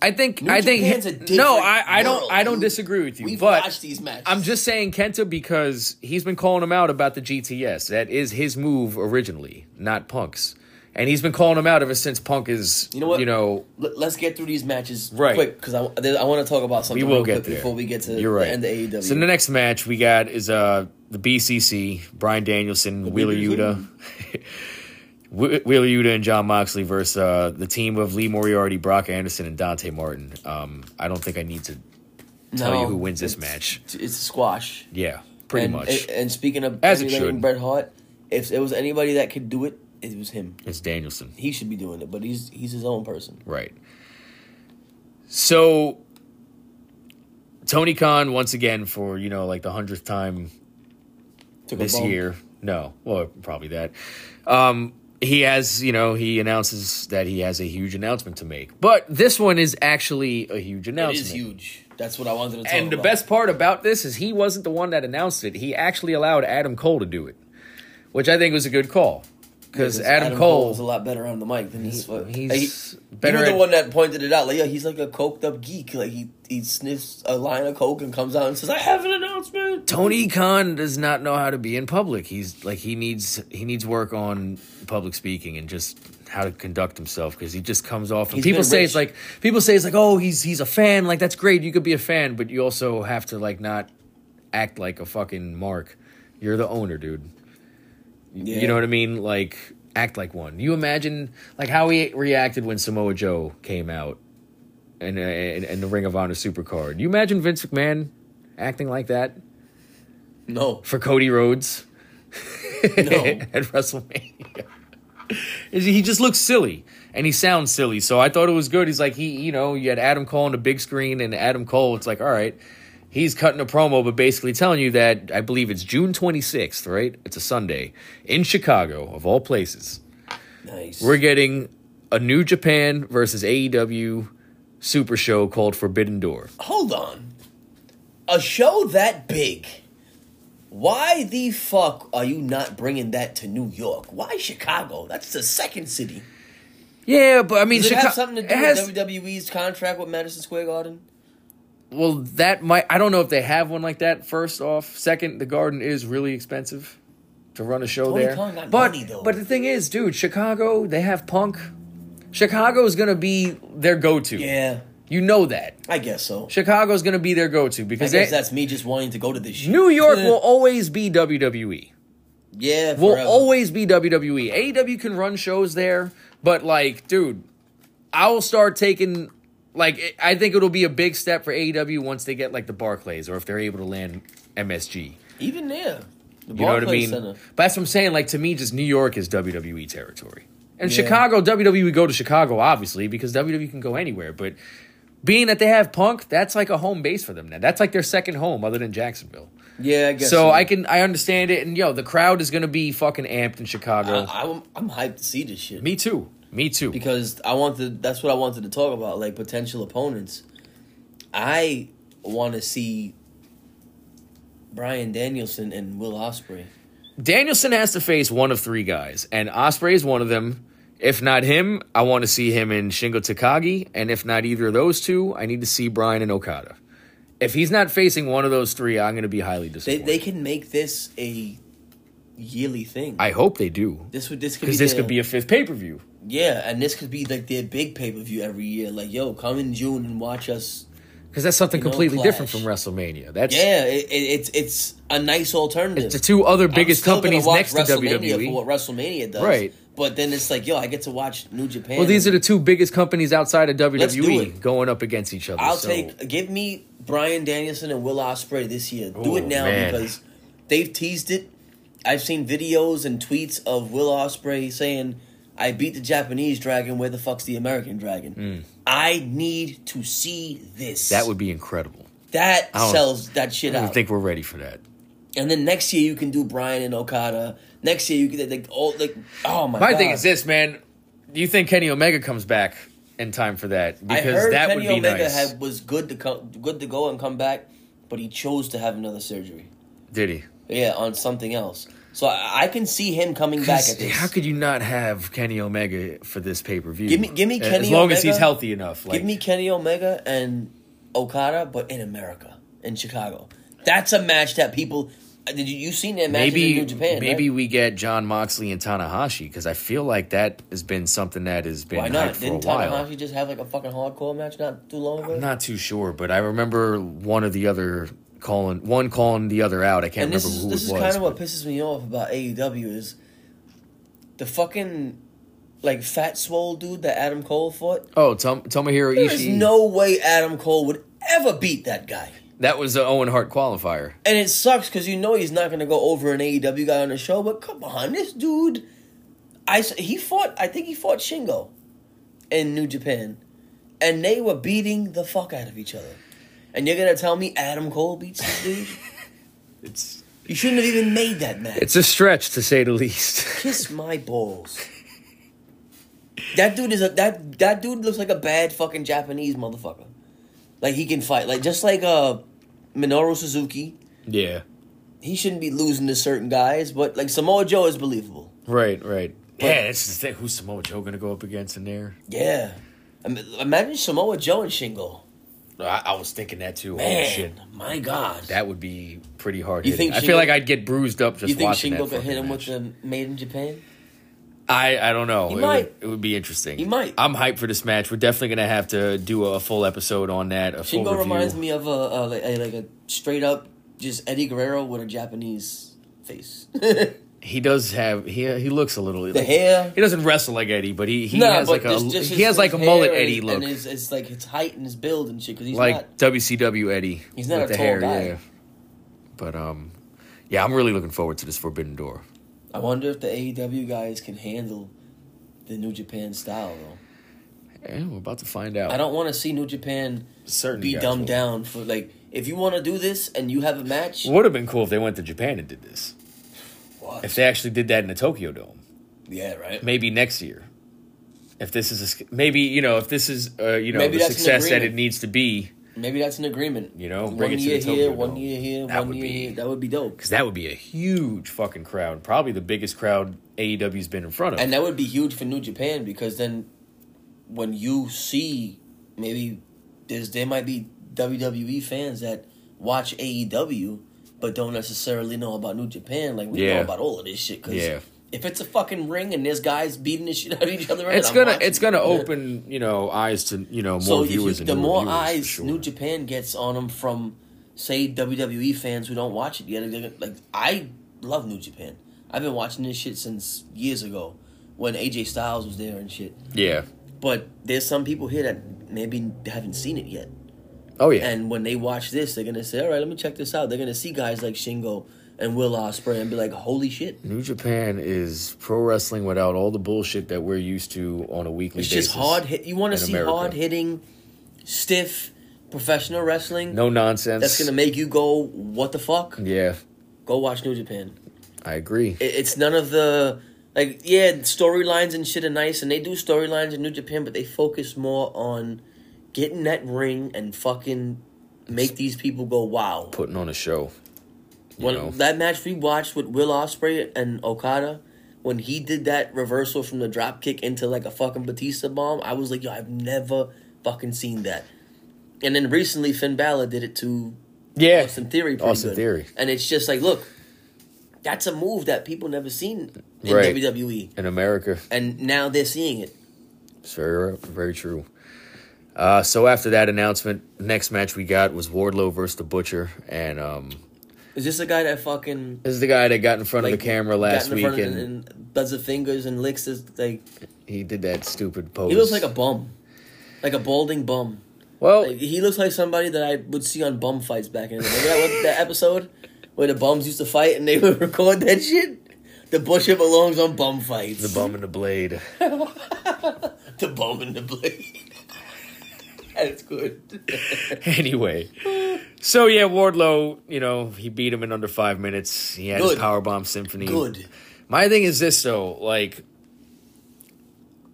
A: I think.
B: New
A: I think.
B: Japan's a different
A: no, I, I don't.
B: world,
A: I don't
B: dude.
A: disagree with you.
B: We've
A: but
B: watched these matches.
A: I'm just saying Kenta because he's been calling him out about the GTS. That is his move originally, not Punk's, and he's been calling him out ever since Punk is.
B: You know what?
A: You know.
B: Let- let's get through these matches
A: Right.
B: quick because I, there- I want to talk about
A: We
B: something
A: will
B: real
A: get
B: quick
A: there
B: before we get to
A: You're right.
B: the end of E AEW.
A: So the next match we got is uh the BCC Brian Danielson, Wheeler Yuta, Wh- Wheeler Yuta and John Moxley versus uh, the team of Lee Moriarty, Brock Anderson, and Dante Martin. Um, I don't think I need to tell you who wins this
B: it's-
A: match.
B: It's a squash.
A: Yeah, pretty
B: and,
A: much.
B: And, and speaking of
A: As it
B: emulating
A: should.
B: Bret Hart, if it was anybody that could do it, it was him.
A: it's Danielson,
B: He should be doing it, but he's he's his own person.
A: right? So Tony Khan once again for you know like the hundredth time
B: Took a
A: this
B: bump.
A: year. No, well probably that. Um, he has you know he announces that he has a huge announcement to make, but this one is actually a huge
B: it
A: announcement.
B: is huge. That's what I wanted to talk
A: And the
B: about.
A: best part about this is he wasn't the one that announced it. He actually allowed Adam Cole to do it, which I think was a good call because Adam, Cole
B: is a lot better on the mic than he's.
A: he's better
B: better. You were
A: at-
B: the one that pointed it out. Like, yeah, he's like a coked up geek. Like he he sniffs a line of coke and comes out and says, "I have an announcement."
A: Tony Khan does not know how to be in public. He's like he needs he needs work on public speaking and just how to conduct himself because he just comes off. And
B: He's
A: people
B: been
A: say
B: rich.
A: it's like people say it's like oh he's he's a fan like that's great you could be a fan but you also have to like not act like a fucking mark. You're the owner, dude.
B: Yeah.
A: You know what I mean? Like act like one. You imagine like how he reacted when Samoa Joe came out and and, and the Ring of Honor Supercard. You imagine Vince McMahon acting like that?
B: No,
A: for Cody Rhodes
B: no.
A: at WrestleMania. Is he he just looks silly and he sounds silly. So I thought it was good. He's like he, you know, you had Adam Cole on the big screen and Adam Cole. It's like all right, he's cutting a promo, but basically telling you that I believe it's June 26th, right? It's a Sunday in Chicago of all places.
B: nice.
A: We're getting a New E Japan versus AEW Super Show called Forbidden Door.
B: Hold on. a show that big. Why the fuck are you not bringing that to New York? Why Chicago? That's the second city.
A: Yeah, but I mean,
B: Does it
A: Chicago.
B: have something to do with E? WWE's contract with Madison Square Garden?
A: well, that might. I don't know if they have one like that. First off, second, the Garden is really expensive to run a show
B: Tony
A: there.
B: Khan got
A: but
B: money, though.
A: but the thing is, dude, Chicago. They have Punk. Chicago is gonna be their go-to.
B: Yeah,
A: You know that.
B: I guess so.
A: Chicago's gonna be their go-to
B: I
A: because
B: guess
A: they-
B: that's me just wanting to go to this. shit.
A: New York will always be E. WWE.
B: yeah,
A: Will
B: forever.
A: always be E. WWE. AEW can run shows there, but like, dude, I'll start taking. Like, I think it'll be a big step for AEW once they get like the Barclays or if they're able to land MSG.
B: even there. The
A: You know what I mean?
B: Barclays Center.
A: But that's what I'm saying. Like to me, just New York is WWE territory, and
B: Yeah.
A: Chicago WWE go to Chicago obviously because WWE can go anywhere. But being that they have Punk, that's like a home base for them now. That's like their second home other than Jacksonville.
B: Yeah, I guess so.
A: So I can I understand it, and yo, the crowd is gonna be fucking amped in Chicago.
B: I, am I'm hyped to see this shit
A: me too. Me too.
B: because I wanted. That's what I wanted to talk about, like potential opponents. I want to see Brian Danielson and Will Osprey.
A: Danielson has to face one of three guys, and Osprey is one of them. If not him, I want to see him in Shingo Takagi, and if not either of those two, I need to see Brian and Okada. If he's not facing one of those three, I'm going to be highly
B: They
A: disappointed.
B: they can make this a yearly thing.
A: I hope they do
B: this would this could be
A: because this
B: their-
A: could be a fifth pay per view.
B: yeah, and this could be like their big pay per view every year. Like, yo, come in June and watch us.
A: Because that's something
B: You know,
A: completely different from
B: Clash.
A: WrestleMania. That's
B: Yeah, it, it, it's it's a nice alternative.
A: the two other
B: I'm
A: biggest
B: still gonna
A: companies
B: watch
A: next to E.
B: WrestleMania
A: WWE.
B: for what WrestleMania does,
A: Right.
B: But then it's like, yo, I get to watch New Japan.
A: Well, these are the two biggest companies outside of
B: do
A: WWE
B: it.
A: going up against each other.
B: I'll
A: so-
B: take. Give me Brian Danielson and Will Ospreay this year.
A: Ooh,
B: Do it now
A: man.
B: because they've teased it. I've seen videos and tweets of Will Ospreay saying, "I beat the Japanese dragon. Where the fuck's the American dragon?" I need to see this.
A: Hmm. that would be incredible.
B: that
A: don't-
B: sells that shit
A: I don't
B: out.
A: think we're ready for that.
B: and then next year you can do Brian and Okada. Next year you can like all like oh my.
A: My
B: God.
A: thing is this, man. Do you think Kenny Omega comes back in time for that?
B: I
A: Because
B: heard
A: that
B: Kenny
A: would be
B: Omega
A: nice.
B: had, was good to come, good to go and come back, but he chose to have another surgery.
A: Did he?
B: Yeah, on something else. So I, I can see him coming back at this.
A: How could you not have Kenny Omega for this pay per view?
B: Give me- give me
A: as
B: Kenny
A: long as
B: Omega.
A: he's healthy enough. Like,
B: Give me Kenny Omega and Okada, but in America, in Chicago. That's a match that people. uh, Did you, you seen that match
A: maybe
B: in New Japan?
A: maybe
B: right?
A: we get John Moxley and Tanahashi because I feel like that has been something that has been
B: why
A: hyped
B: not?
A: for a
B: Didn't
A: while.
B: Tanahashi just have like a fucking hardcore match not too long ago?
A: I'm not too sure, but I remember one or the other calling one calling the other out. I can't
B: and
A: remember
B: this is
A: who
B: this
A: it
B: is
A: was.
B: kind of what
A: but-
B: pisses me off about AEW is the fucking like fat swole dude that Adam Cole fought.
A: oh, Tom, Tomohiro
B: There is
A: Ishii.
B: no way Adam Cole would ever beat that guy.
A: that was the Owen Hart qualifier.
B: And it sucks because you know he's not going to go over an AEW guy on the show, but come on, this dude. I, s- he fought, I think he fought Shingo in New Japan, and they were beating the fuck out of each other. And you're going to tell me Adam Cole beats this dude?
A: It's
B: You shouldn't have even made that match.
A: it's a stretch to say the least.
B: Kiss my balls. That dude is a that that dude looks like a bad fucking Japanese motherfucker. Like he can fight, like just like uh Minoru Suzuki.
A: yeah.
B: He shouldn't be losing to certain guys, but like Samoa Joe is believable.
A: Right, right. yeah, that's the thing. Who's Samoa Joe going to go up against in there?
B: Yeah, I mean, imagine Samoa Joe and Shingo.
A: I, I was thinking that too.
B: Man,
A: Holy shit.
B: my God.
A: That would be pretty hard.
B: You
A: hitting.
B: think
A: I feel
B: Shingo-
A: like I'd get bruised up just
B: you think
A: watching
B: Shingo
A: that.
B: could hit him
A: with the-
B: with the Made in Japan?
A: I I don't know. It would,
B: might.
A: it would be interesting.
B: He might.
A: I'm hyped for this match. We're definitely going to have to do a full episode on that. A full
B: Shingo
A: review.
B: reminds me of a, a, like, a like a straight up just Eddie Guerrero with a Japanese face.
A: He does have he he looks a little
B: the hair.
A: He doesn't wrestle like Eddie, but he he
B: No,
A: has like
B: but just,
A: a
B: just
A: he
B: his-
A: has like a
B: his
A: mullet
B: hair and-
A: Eddie look.
B: and his, it's like his height and his build and shit. Because he's
A: like
B: not.
A: WCW Eddie.
B: He's not
A: with
B: a
A: the
B: tall
A: hair,
B: guy.
A: Yeah. But um, yeah, I'm really looking forward to this Forbidden Door.
B: I wonder if the AEW guys can handle the New Japan style though.
A: And we're about to find out.
B: I don't want to see New Japan
A: Certain
B: be
A: guys
B: dumbed
A: will.
B: down for like. If you want to do this and you have a match,
A: Would have been cool if they went to Japan and did this.
B: What?
A: If they actually did that in the Tokyo Dome,
B: yeah, right.
A: maybe next year. If this is a, sk- maybe you know if this is uh, you know
B: Maybe
A: the
B: that's an
A: success that it
B: agreement.
A: needs to be,
B: Maybe that's an agreement.
A: You know,
B: one
A: bring it to
B: year
A: the
B: here,
A: Tokyo
B: one
A: Dome.
B: year here,
A: That
B: one
A: would
B: year
A: be-
B: here. That would be dope.
A: because that would be a huge fucking crowd. Probably the biggest crowd AEW's been in front of.
B: And that would be huge for New Japan because then when you see maybe there's there might be WWE fans that watch AEW but don't necessarily know about New Japan. Like we know
A: Yeah.
B: about all of this shit. Cause
A: Yeah.
B: if it's a fucking ring and there's guys beating the shit out of each other,
A: it's
B: I'm
A: gonna
B: watching.
A: it's gonna
B: Yeah.
A: open you know eyes to you know more
B: so if you-
A: viewers. and
B: the
A: newer
B: more
A: viewers, for
B: eyes
A: sure.
B: New Japan gets on them from, say, WWE fans who don't watch it yet. they're gonna- Like I love New Japan. I've been watching this shit since years ago when AJ Styles was there and shit.
A: yeah.
B: But there's some people here that maybe haven't seen it yet.
A: Oh yeah.
B: And when they watch this, they're gonna say, "All right, let me check this out." They're gonna see guys like Shingo and Will Ospreay and be like, "Holy shit!"
A: New Japan is pro wrestling without all the bullshit that we're used to on a weekly
B: It's
A: basis.
B: just hard hit. You want to
A: in
B: see
A: America.
B: hard hitting, stiff, professional wrestling.
A: No nonsense.
B: That's gonna make you go, "What the fuck?"
A: Yeah,
B: Go watch New Japan.
A: I agree.
B: It, it's none of the like yeah storylines and shit are nice, and they do storylines in New Japan, but they focus more on getting that ring and fucking make these people go wow.
A: Putting on a show. You
B: When
A: know.
B: that match we watched with Will Ospreay and Okada, when he did that reversal from the drop kick into like a fucking Batista bomb, I was like, yo, I've never fucking seen that. And then recently, Finn Balor did it to
A: yeah.
B: Austin Theory. Pretty
A: Austin
B: good.
A: Theory.
B: and it's just like, look, that's a move that people never seen in
A: Right.
B: WWE,
A: In America,
B: and now they're seeing it.
A: it's very very true. Uh, so after that announcement, next match we got was Wardlow versus the Butcher, and um,
B: Is this a guy that fucking
A: this is the guy that got in front
B: like,
A: of the camera
B: got
A: last
B: in the
A: week,
B: front
A: and,
B: of it and does the fingers and licks his like
A: he did that stupid pose.
B: he looks like a bum, like a balding bum.
A: well.
B: Like, he looks like somebody that I would see on bum fights back in the day. Remember that, one- that episode where the bums used to fight and they would record that shit? The butcher belongs on bum fights.
A: the bum and the blade.
B: the bum and the blade. That's good.
A: anyway, so yeah, Wardlow, you know, he beat him in under five minutes. He had
B: Good.
A: his powerbomb symphony.
B: good.
A: My thing is this though, like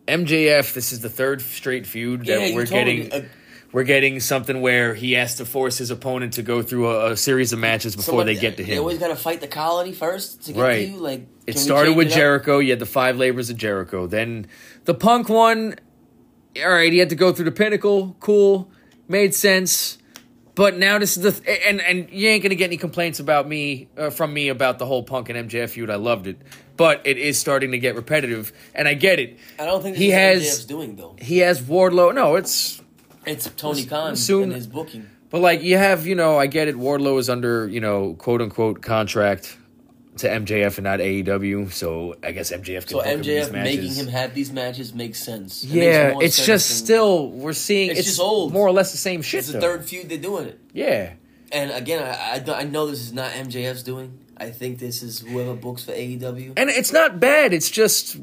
A: MJF, this is the third straight feud that
B: you
A: we're
B: told me.
A: getting.
B: Uh,
A: we're getting something where he has to force his opponent to go through a, a series of matches before
B: someone-
A: they get to
B: They
A: him.
B: always gotta fight the colony first to get
A: Right.
B: to you. Like can
A: it
B: we
A: started
B: change
A: with
B: it up?
A: Jericho. You had the five labors of Jericho. Then the Punk one. All right, he had to go through the pinnacle. Cool, made sense. But now this is the th- and and you ain't gonna get any complaints about me uh, from me about the whole Punk and MJF feud. I loved it, but it is starting to get repetitive, and I get it.
B: I don't think
A: he
B: he has
A: has-
B: doing though.
A: He has Wardlow. No, it's
B: It's Tony Khan
A: soon-
B: and his booking.
A: But like you have, you know, I get it. Wardlow is under, you know, quote unquote contract to MJF and not AEW, so I guess MJF can.
B: So
A: book him in these
B: MJF making
A: matches.
B: him have these matches makes sense. It makes
A: Yeah,
B: more
A: it's
B: sense
A: just
B: than-
A: still we're seeing.
B: It's
A: It's,
B: just old.
A: more or less the same shit.
B: It's the
A: though.
B: third feud they're doing it.
A: Yeah,
B: And again, I, I, don't- I know this is not MJF's doing. I think this is whoever books for AEW.
A: and it's not bad. It's just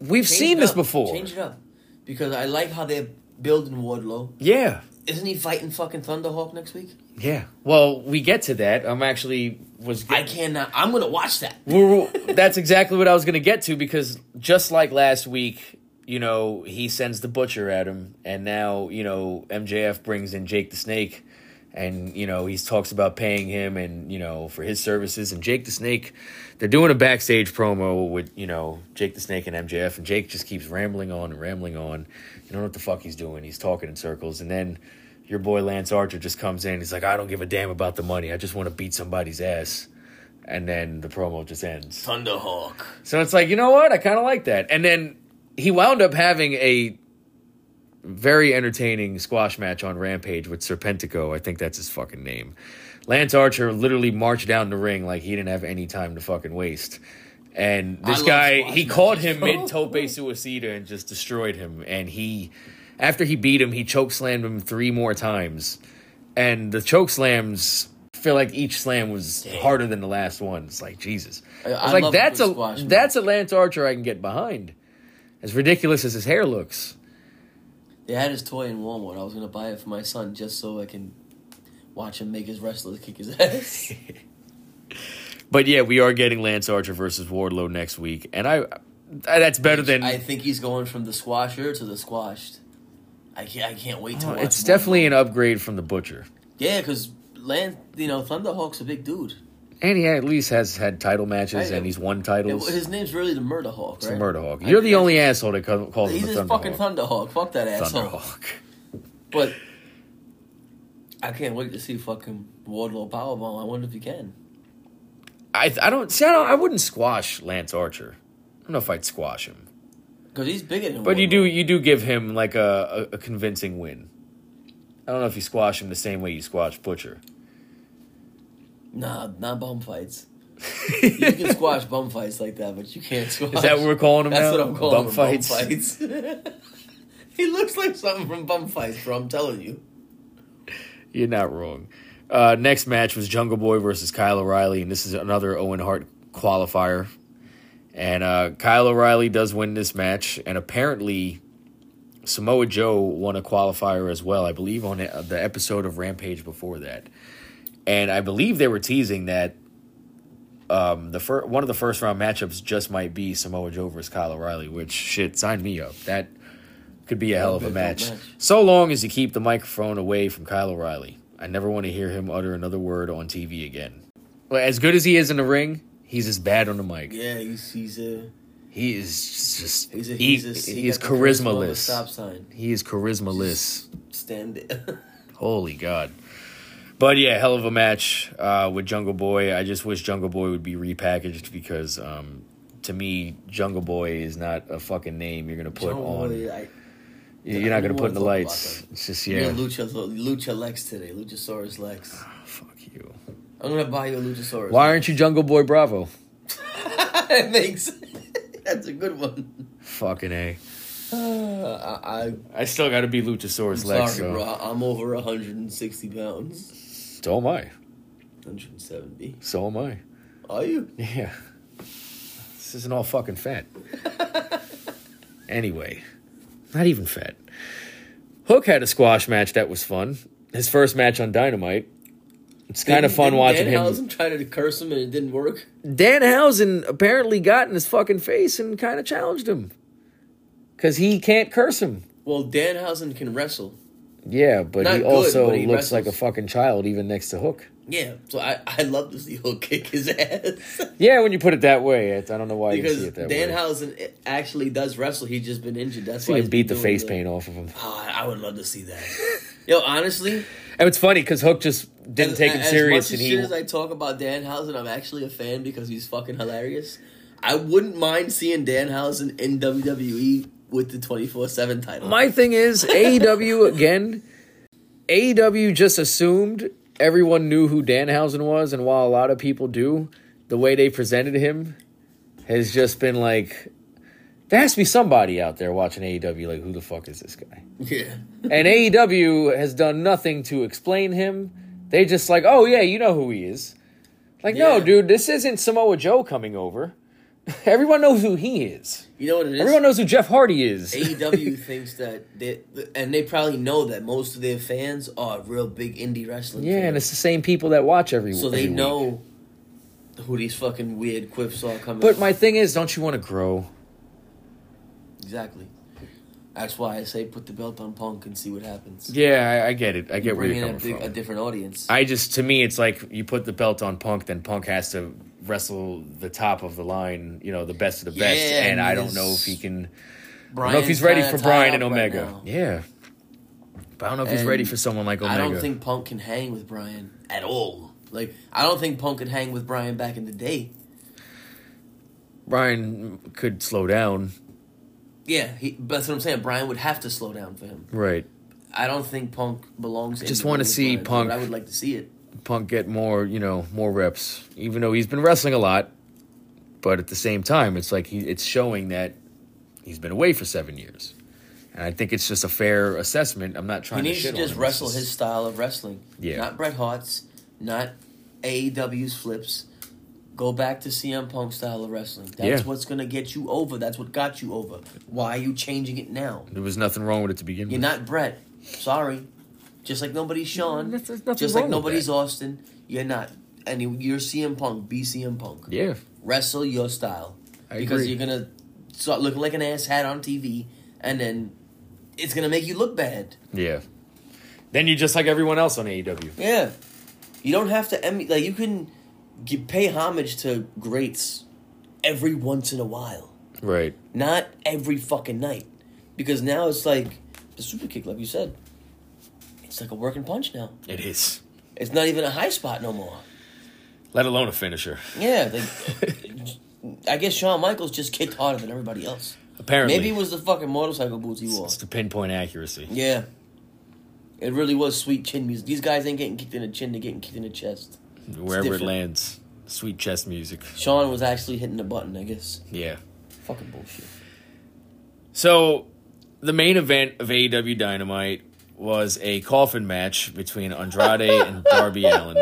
A: we've
B: Change
A: seen
B: it
A: this
B: up.
A: before.
B: Change it up. Because I like how they're building Wardlow.
A: Yeah,
B: Isn't he fighting fucking Thunderhawk next week?
A: yeah. Well, we get to that. I'm actually was.
B: I cannot. I'm going to watch that.
A: We're- that's exactly what I was going to get to because just like last week, you know, he sends the butcher at him, and now you know MJF brings in Jake the Snake, and you know he talks about paying him and you know for his services, and Jake the Snake, they're doing a backstage promo with you know Jake the Snake and MJF, and Jake just keeps rambling on and rambling on, you don't know what the fuck he's doing, he's talking in circles, and then. Your boy Lance Archer just comes in. He's like, I don't give a damn about the money. I just want to beat somebody's ass and then the promo just ends.
B: Thunderhawk.
A: So it's like, you know what? I kind of like that. And then he wound up having a very entertaining squash match on Rampage with Serpentico. I think that's his fucking name. Lance Archer literally marched down the ring like he didn't have any time to fucking waste. And
B: I
A: this
B: love
A: guy,
B: squash
A: he caught
B: matches,
A: him
B: bro.
A: mid tope suicida and just destroyed him. And he, after he beat him, he choke slammed him three more times. And the choke slams feel like each slam was harder than the last one. It's like Jesus.
B: I-
A: It's
B: I
A: like
B: love a
A: that's
B: good
A: a
B: squash match.
A: that's a Lance Archer I can get behind. As ridiculous as his hair looks,
B: They had his toy in Walmart. I was going to buy it for my son just so I can watch him make his wrestlers kick his ass.
A: but yeah, we are getting Lance Archer versus Wardlow next week, and I that's better than
B: I think he's going from the squasher to the squashed. I I can't, I can't wait to watch.
A: Oh, It's
B: more.
A: definitely an upgrade from the butcher,
B: yeah, because Land, you know, Thunderhawk's a big dude.
A: and he at least has had title matches
B: Hey,
A: and he's won
B: Yeah,
A: titles.
B: well, his name's really the Murder Hawk,
A: It's
B: right?
A: the Murder Hawk.
B: I-
A: You're the
B: I-
A: only asshole that co- calls
B: He's
A: him the
B: his
A: Thunder
B: fucking
A: Hawk.
B: Thunderhawk. Fuck that asshole.
A: Thunder Hawk.
B: But I can't wait to see fucking Wardlow Powerbomb. I wonder if he can.
A: I I don't see. I, don't, I wouldn't squash Lance Archer. I don't know if I'd squash him,
B: Because he's bigger than
A: but you
B: Wardlow.
A: do you do give him like a, a, a convincing win. I don't know if you squash him the same way you squash Butcher.
B: Nah, not bum fights. you can squash bum fights like that, but you can't squash.
A: Is that what we're calling him
B: That's
A: now?
B: what I'm calling
A: Bum
B: bum
A: fights?
B: fights. Bum fights. he looks like something from bum fights, bro. I'm telling you.
A: You're not wrong. Uh, next match was Jungle Boy versus Kyle O'Reilly, and this is another Owen Hart qualifier. And uh, Kyle O'Reilly does win this match, and apparently Samoa Joe won a qualifier as well, I believe, on the the episode of Rampage before that. And I believe they were teasing that um, the fir- one of the first round matchups just might be Samoa Joe versus Kyle O'Reilly, which shit, sign me up. That could be a hell of a
B: That'd be a
A: match.
B: dope match.
A: So long as you keep the microphone away from Kyle O'Reilly. I never want to hear him utter another word on TV again. Well, as good as he is in the ring, he's as bad on the mic.
B: Yeah, he's he's a
A: He is just
B: he's a
A: he,
B: he's a
A: he is
B: got the charisma
A: charisma
B: of a
A: less.
B: Stop sign.
A: He is charisma less.
B: Stand it.
A: Holy God. But yeah, hell of a match uh, with Jungle Boy. I just wish Jungle Boy would be repackaged because um, to me, Jungle Boy is not a fucking name you're gonna put
B: Don't
A: on.
B: worry, I-
A: You're not
B: I
A: gonna
B: don't
A: put in the
B: wanna talk
A: lights.
B: about
A: It's just
B: Yeah.
A: yeah.
B: Lucha, Lucha Lex today. Luchasaurus Lex.
A: Fuck you.
B: I'm gonna buy you a Luchasaurus.
A: Why aren't you Jungle Boy Bravo?
B: that makes. That's a good one.
A: Fucking a.
B: Uh, I, I,
A: I still gotta be Luchasaurus
B: I'm
A: Lex.
B: sorry,
A: so.
B: bro. I'm over 160 pounds.
A: so am I.
B: 170.
A: So am I.
B: Are you?
A: Yeah. This isn't all fucking fat. anyway, not even fat. Hook had a squash match that was fun. His first match on Dynamite. It's kind of
B: Didn't-
A: fun
B: didn't
A: watching him.
B: Danhausen try to curse him and it didn't work.
A: Danhausen apparently got in his fucking face and kind of challenged him. Because he can't curse him.
B: Well, Danhausen can wrestle.
A: Yeah, but
B: Not
A: he
B: good,
A: also
B: but he
A: looks
B: wrestles.
A: like a fucking child even next to Hook.
B: Yeah, so I I love to see Hook kick his ass
A: Yeah, when you put it that way, I I don't know why you see
B: because
A: it that way.
B: Danhausen i- actually does wrestle. He's just been injured. That's
A: See
B: why
A: him
B: he's
A: beat the
B: doing
A: face paint off of him.
B: Oh, I I would love to see that. Yo, honestly,
A: And it's funny because Hook just didn't
B: as-
A: take him
B: as
A: serious,
B: Much as
A: and he
B: shit as I talk about Danhausen, I'm actually a fan because he's fucking hilarious. I wouldn't mind seeing Danhausen in WWE with the 24 seven title.
A: My thing is AEW again. AEW just assumed everyone knew who Danhausen was, and while a lot of people do, the way they presented him has just been like, there has to be somebody out there watching AEW like, who the fuck is this guy?
B: yeah,
A: And AEW has done nothing to explain him. They just like, oh yeah, you know who he is. Like, no,
B: Yeah.
A: dude, this isn't Samoa Joe coming over. Everyone knows who he is.
B: you know what it is.
A: Everyone knows who Jeff Hardy is.
B: AEW E thinks that they, and they probably know that most of their fans are real big indie wrestling.
A: Yeah, and
B: fans.
A: it's the same people that watch every
B: so they
A: every week.
B: know who these fucking weird quips are coming.
A: But
B: from.
A: my thing is, don't you want to grow?
B: exactly. That's why I say put the belt on Punk and see what happens.
A: Yeah, I, I get it. I get where
B: Bring in
A: you're
B: a,
A: coming
B: big,
A: from.
B: a different audience.
A: I just, to me, it's like you put the belt on Punk, then Punk has to wrestle the top of the line, you know, the best of the best.
B: Yeah,
A: and I don't
B: he's-
A: know if he can. I don't know if he's ready for Brian and Omega. yeah, but I don't know if he's
B: And
A: ready for someone like Omega.
B: I don't think Punk can hang with Brian at all. Like, I don't think Punk could hang with Brian back in the day.
A: Brian could slow down.
B: Yeah, he, but that's what I'm saying. Brian would have to slow down for him.
A: Right,
B: I don't think Punk belongs. I
A: just wanna see Punk.
B: I would like to see it.
A: Punk get more, you know, more reps, even though he's been wrestling a lot. But at the same time, it's like he, it's showing that he's been away for seven years, and I think it's just a fair assessment. I'm not
B: He
A: trying to
B: needs to
A: shit
B: just
A: on him.
B: wrestle
A: It's
B: his style of wrestling.
A: Yeah.
B: Not Bret Hart's, not AEW's flips. Go back to CM Punk style of wrestling.
A: Yeah.
B: That's what's gonna get you over. That's what got you over. Why are you changing it now?
A: There was nothing wrong with it to begin
B: You're
A: with.
B: not Brett. Sorry. Just like nobody's Sean.
A: That's- there's nothing
B: just
A: wrong
B: like
A: with
B: nobody's
A: that.
B: Austin. You're not. And you- you're CM Punk. Be CM Punk.
A: yeah,
B: Wrestle your style.
A: I
B: because
A: agree.
B: you're going to start looking like an ass hat on TV and then it's gonna make you look bad.
A: Yeah. Then you're just like everyone else on E AEW.
B: Yeah, you don't have to em- like you can g pay homage to greats every once in a while,
A: Right.
B: not every fucking night, because now it's like the super kick, like you said, it's like a working punch now.
A: It is.
B: It's not even a high spot no more.
A: Let alone a finisher.
B: Yeah, like, I guess Shawn Michaels just kicked harder than everybody else.
A: Apparently.
B: Maybe it was the fucking motorcycle boots he wore.
A: it's the pinpoint accuracy.
B: Yeah. It really was sweet chin music. These guys ain't getting kicked in the chin, they're getting kicked in the chest.
A: Wherever it
B: different.
A: lands. Sweet chest music.
B: Sean was actually hitting the button, I guess.
A: Yeah.
B: Fucking bullshit.
A: So, the main event of AEW Dynamite was a coffin match between Andrade and Darby Allen.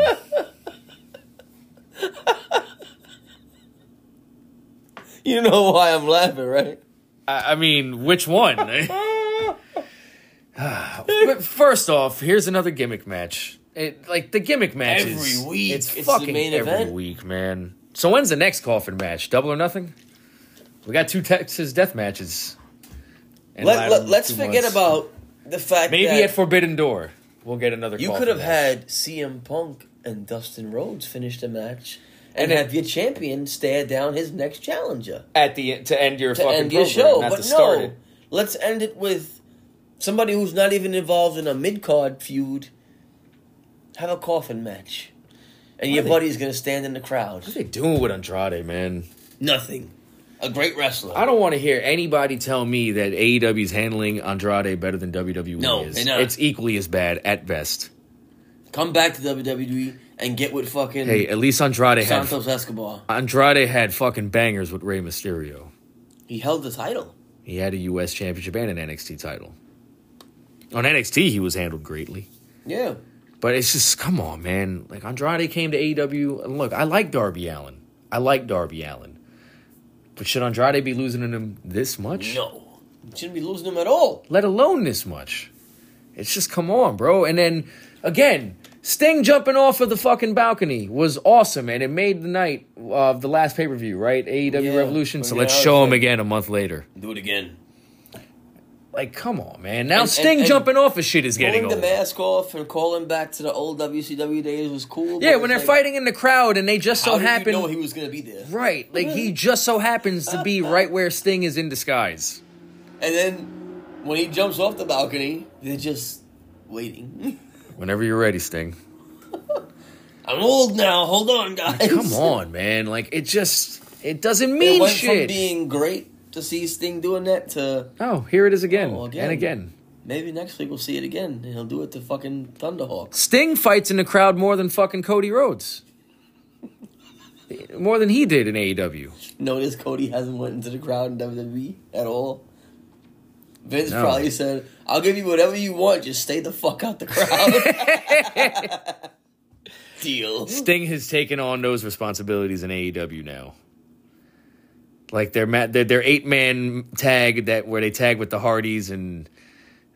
B: You know why I'm laughing, right?
A: I, I mean, which one? but first off, here's another gimmick match. It, like the gimmick match is-
B: Every week.
A: It's,
B: It's the
A: fucking
B: main
A: every
B: event.
A: week, man. So when's the next coffin match? Double or nothing? We got two Texas death matches. And
B: Let,
A: ladder
B: let, us
A: two
B: forget
A: months.
B: about the fact
A: maybe
B: that
A: at Forbidden Door we'll get another.
B: you
A: coffin
B: could have
A: match.
B: had CM Punk and Dustin Rhodes finish the match and
A: And
B: have your champion stare down his next challenger.
A: at the end- to end your
B: to
A: fucking
B: end your
A: program,
B: show.
A: not
B: But
A: to
B: no,
A: start it.
B: let's end it with somebody who's not even involved in a mid card feud. Have a coffin match, and
A: Why
B: your
A: they-
B: buddy's gonna stand in the crowd.
A: What are they doing with Andrade, man?
B: Nothing. A great wrestler.
A: I don't want to hear anybody tell me that AEW is handling Andrade better than WWE
B: No,
A: is.
B: they're not.
A: It's equally as bad at best.
B: Come back to WWE and get with fucking
A: Hey, at least Andrade had
B: Santos Escobar.
A: Andrade had fucking bangers with Rey Mysterio.
B: He held the title.
A: He had a U.S. Championship and an NXT title. On NXT, he was handled greatly.
B: Yeah.
A: But it's just come on, man. Like Andrade came to AEW, and look, I like Darby Allen. I like Darby Allen. But should Andrade be losing to him this much?
B: No. Shouldn't be losing him at all.
A: Let alone this much. It's just come on, bro. And then again, Sting jumping off of the fucking balcony was awesome, and it made the night of the last pay per view, right? AEW
B: Yeah.
A: Revolution. So
B: Yeah,
A: let's
B: I
A: show him
B: agree.
A: again a month later.
B: Do it again.
A: Like, come on, man. Now
B: and-
A: Sting
B: and-
A: jumping off of shit is getting
B: Pulling
A: old.
B: the mask off and calling back to the old WCW days was cool.
A: yeah,
B: but
A: when they're
B: it's like,
A: fighting in the crowd and they just so
B: how did you
A: happen
B: know he was gonna be there.
A: Right. Like he just so happens to be right where Sting is in disguise.
B: And then when he jumps off the balcony, they're just waiting.
A: Whenever you're ready, Sting.
B: I'm old now. Hold on, guys.
A: Come on, man. Like it just it doesn't
B: It
A: mean
B: went from
A: shit.
B: being great to see Sting doing that to
A: oh, here it is again.
B: Oh, again.
A: And again.
B: maybe next week we'll see it again and he'll do it to fucking Thunderhawks.
A: Sting fights in the crowd more than fucking Cody Rhodes. More than he did in E AEW.
B: Notice Cody hasn't went into the crowd in WWE at all. Vince
A: No.
B: probably said, "I'll give you whatever you want. Just stay the fuck out the crowd." Deal.
A: Sting has taken on those responsibilities in AEW now. Like their ma- their, their eight man tag that where they tag with the Hardys and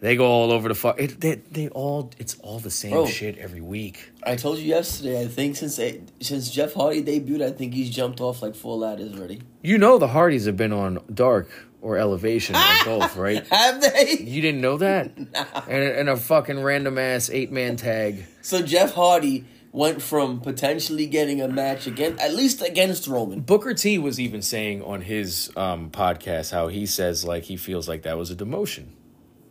A: they go all over the fuck. It, they, they all it's all the same
B: Bro.
A: shit every week.
B: I told you yesterday. I think since since Jeff Hardy debuted, I think he's jumped off like four ladders already.
A: You know the Hardys have been on Dark or Elevation or both, right?
B: Have they?
A: You didn't know that? And, a- and a fucking random ass eight man tag.
B: So Jeff Hardy went from potentially getting a match against, at least against Roman.
A: Booker T was even saying on his um, podcast how he says like he feels like that was a demotion.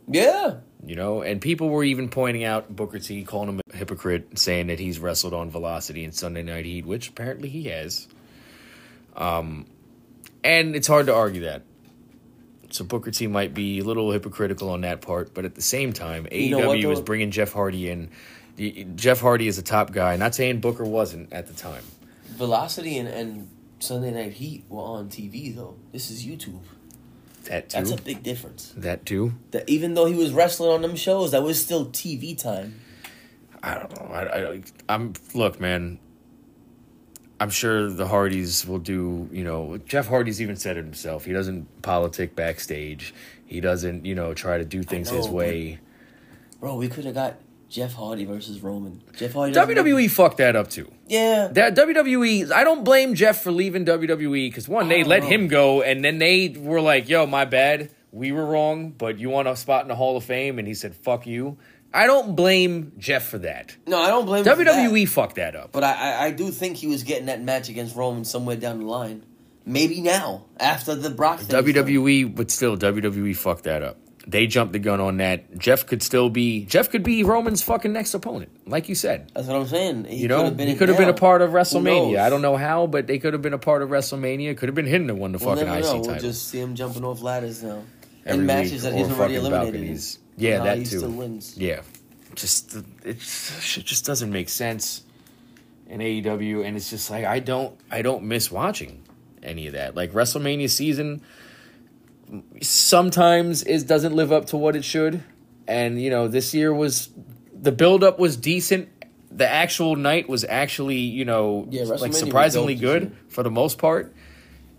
B: Yeah,
A: you know and people were even pointing out booker t calling him a hypocrite saying that he's wrestled on velocity and sunday night heat which apparently he has um and it's hard to argue that so booker t might be a little hypocritical on that part but at the same time aew
B: know what,
A: is
B: though?
A: bringing jeff hardy in The- jeff hardy is a top guy not saying booker wasn't at the time
B: Velocity and, and Sunday Night Heat were on TV though. This is YouTube.
A: that too
B: That's a big difference.
A: that too
B: That even though he was wrestling on them shows, that was still TV time.
A: I don't know. I, I, I'm look, man. I'm sure the Hardys will do. You know, Jeff Hardy's even said it himself. He doesn't politic backstage. He doesn't, you know, try to do things his
B: know,
A: way.
B: Bro, we could have got Jeff Hardy versus Roman. Jeff Hardy. doesn't-
A: WWE E fucked that up too.
B: Yeah.
A: That WWE, I don't blame Jeff for leaving WWE because E one, they
B: don't
A: let
B: know.
A: him go, and then they were like, "Yo, my bad. we were wrong, but you want a spot in the Hall of Fame, and he said, fuck you. I don't blame Jeff for that.
B: No, I don't blame him for that.
A: WWE fucked that up.
B: But I, I, I do think he was getting that match against Roman somewhere down the line. Maybe now, after the Brock thing.
A: WWE, but E still, WWE fucked that up. They jumped the gun on that. Jeff could still be Jeff could be Roman's fucking next opponent, like you said.
B: That's what I'm saying. He
A: You know,
B: could've been
A: he
B: it
A: could have been a
B: now.
A: part of
B: Who knows?
A: WrestleMania. I don't know how, but they could have been a part of WrestleMania. Could have been hidden to won the
B: We'll
A: fucking
B: never
A: IC
B: know.
A: title.
B: We'll just see him jumping off ladders now.
A: every
B: and
A: week,
B: matches that
A: or
B: he's already
A: fucking
B: eliminated. in.
A: balconies. Yeah,
B: Nah,
A: that
B: he
A: too.
B: still wins.
A: Yeah, just it shit just doesn't make sense in AEW, and it's just like I don't I don't miss watching any of that. Like WrestleMania season sometimes it doesn't live up to what it should, and you know this year was the build up was decent. The actual night was actually, you know,
B: Yeah, WrestleMania
A: like
B: was
A: surprisingly
B: dope this
A: good
B: year.
A: for the most part.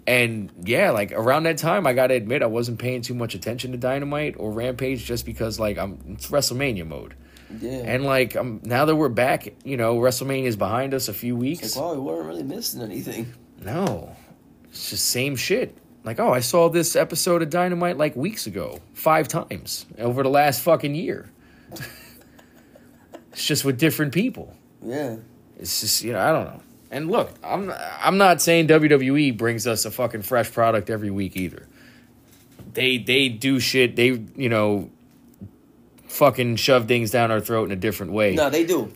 A: And yeah, like around that time, I gotta admit I wasn't paying too much attention to Dynamite or Rampage just because like I'm it's WrestleMania mode.
B: Yeah.
A: And like um, now that we're back, you know, WrestleMania's behind us a few
B: like,
A: weeks.
B: wow, we weren't really missing anything.
A: No, it's just same shit. Like oh, I saw this episode of Dynamite like weeks ago, five times over the last fucking year. it's just with different people.
B: Yeah.
A: It's just you know I don't know. And look, I'm I'm not saying WWE brings us a fucking fresh product every week either. They they do shit. They you know fucking shove things down our throat in a different way.
B: No, they do.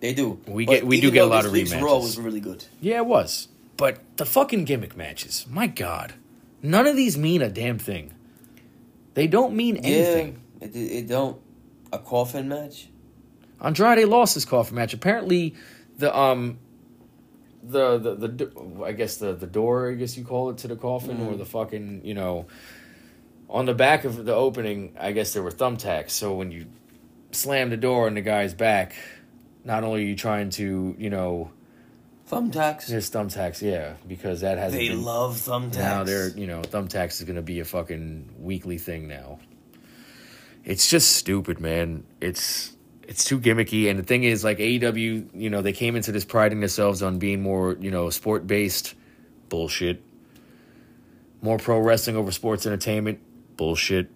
B: They do.
A: We
B: But
A: get- we do
B: even
A: get a
B: though
A: lot
B: this
A: of
B: week's
A: rematches.
B: Raw was really good.
A: Yeah, it was. But the fucking gimmick matches, my god, none of these mean a damn thing. They don't mean anything.
B: Yeah. It, it don't. A coffin match?
A: Andrade lost his coffin match. Apparently, the um, the the the do- I guess the the door I guess you call it to the coffin
B: Mm.
A: or the fucking you know, on the back of the opening I guess there were thumbtacks. So when you slam the door on the guy's back, not only are you trying to you know
B: Thumbtacks.
A: his thumbtacks, yeah, because that hasn't
B: They
A: been
B: love thumbtacks.
A: Now they're you know thumbtacks is gonna be a fucking weekly thing now. It's just stupid, man. It's it's too gimmicky, and the thing is, like AEW, you know, they came into this priding themselves on being more you know sport based bullshit, more pro wrestling over sports entertainment bullshit.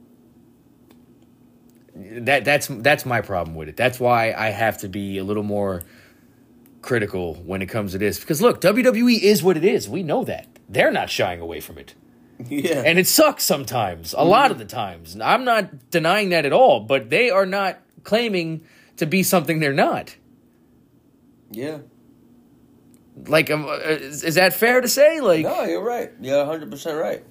A: That that's that's my problem with it. That's why I have to be a little more critical when it comes to this because look, WWE is what it is. We know that. They're not shying away from it.
B: yeah.
A: And it sucks sometimes, a lot of the times. And I'm not denying that at all, but they are not claiming to be something they're not.
B: yeah.
A: Like um, uh, is, is that fair to say? Like
B: No, you're right. You're 100 percent right.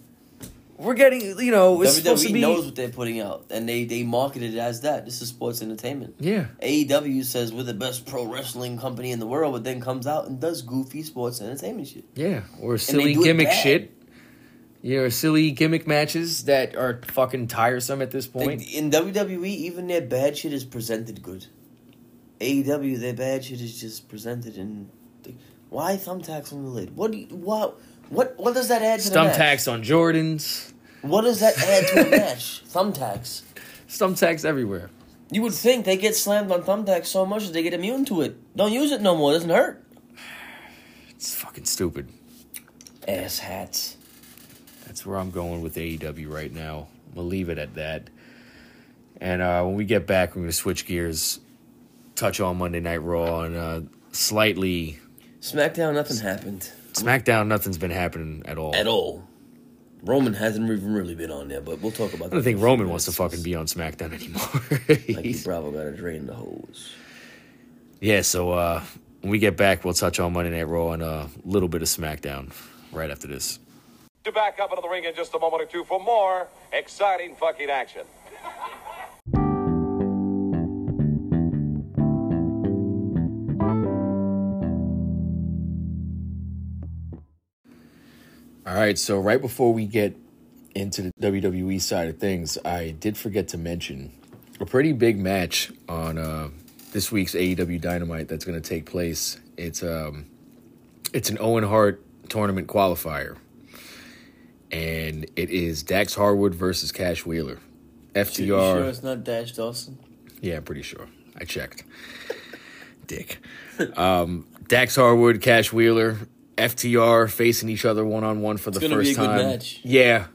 A: we're getting, you know, it's supposed to
B: WWE
A: be
B: E knows what they're putting out, and they they market it as that. This is sports entertainment.
A: Yeah.
B: AEW says we're the best pro wrestling company in the world, but then comes out and does goofy sports entertainment shit.
A: Yeah, or silly
B: do it
A: gimmick
B: bad.
A: shit. Yeah, or silly gimmick matches that are fucking tiresome at this point.
B: Like, in WWE, even their bad shit is presented good. AEW, their bad shit is just presented in. Why thumbtacks on the lid? What? Do you, what? What? What does that add to the match?
A: Thumbtacks on Jordans,
B: What does that add to a match? Thumbtacks.
A: thumbtacks everywhere.
B: You would think they get slammed on thumbtacks so much that they get immune to it. Don't use it no more. It doesn't hurt.
A: It's fucking stupid.
B: Ass hats.
A: That's where I'm going with AEW right now. We'll leave it at that. And uh, when we get back, we're going to switch gears, touch on Monday Night Raw, and uh, slightly
B: SmackDown, nothing happened
A: SmackDown. Nothing's been happening at all.
B: at all. Roman hasn't even really been on there, but we'll talk about
A: I don't think Roman wants to fucking be on SmackDown anymore.
B: Like, Bravo got to drain the hose.
A: yeah, so uh, when we get back, we'll touch on Monday Night Raw and a little bit of SmackDown right after this.
D: To back up into the ring in just a moment or two for more exciting fucking action.
A: All right, so right before we get into the WWE side of things, I did forget to mention a pretty big match on uh, this week's AEW Dynamite that's going to take place. It's um, it's an Owen Hart tournament qualifier, and it is Dax Harwood versus Cash Wheeler. FTR.
B: You sure it's not Dash Dawson?
A: Yeah, I'm pretty sure. I checked. Dick. Um, Dax Harwood, Cash Wheeler, FTR facing each other one on one for the
B: gonna
A: first
B: be a good
A: time.
B: match.
A: Yeah.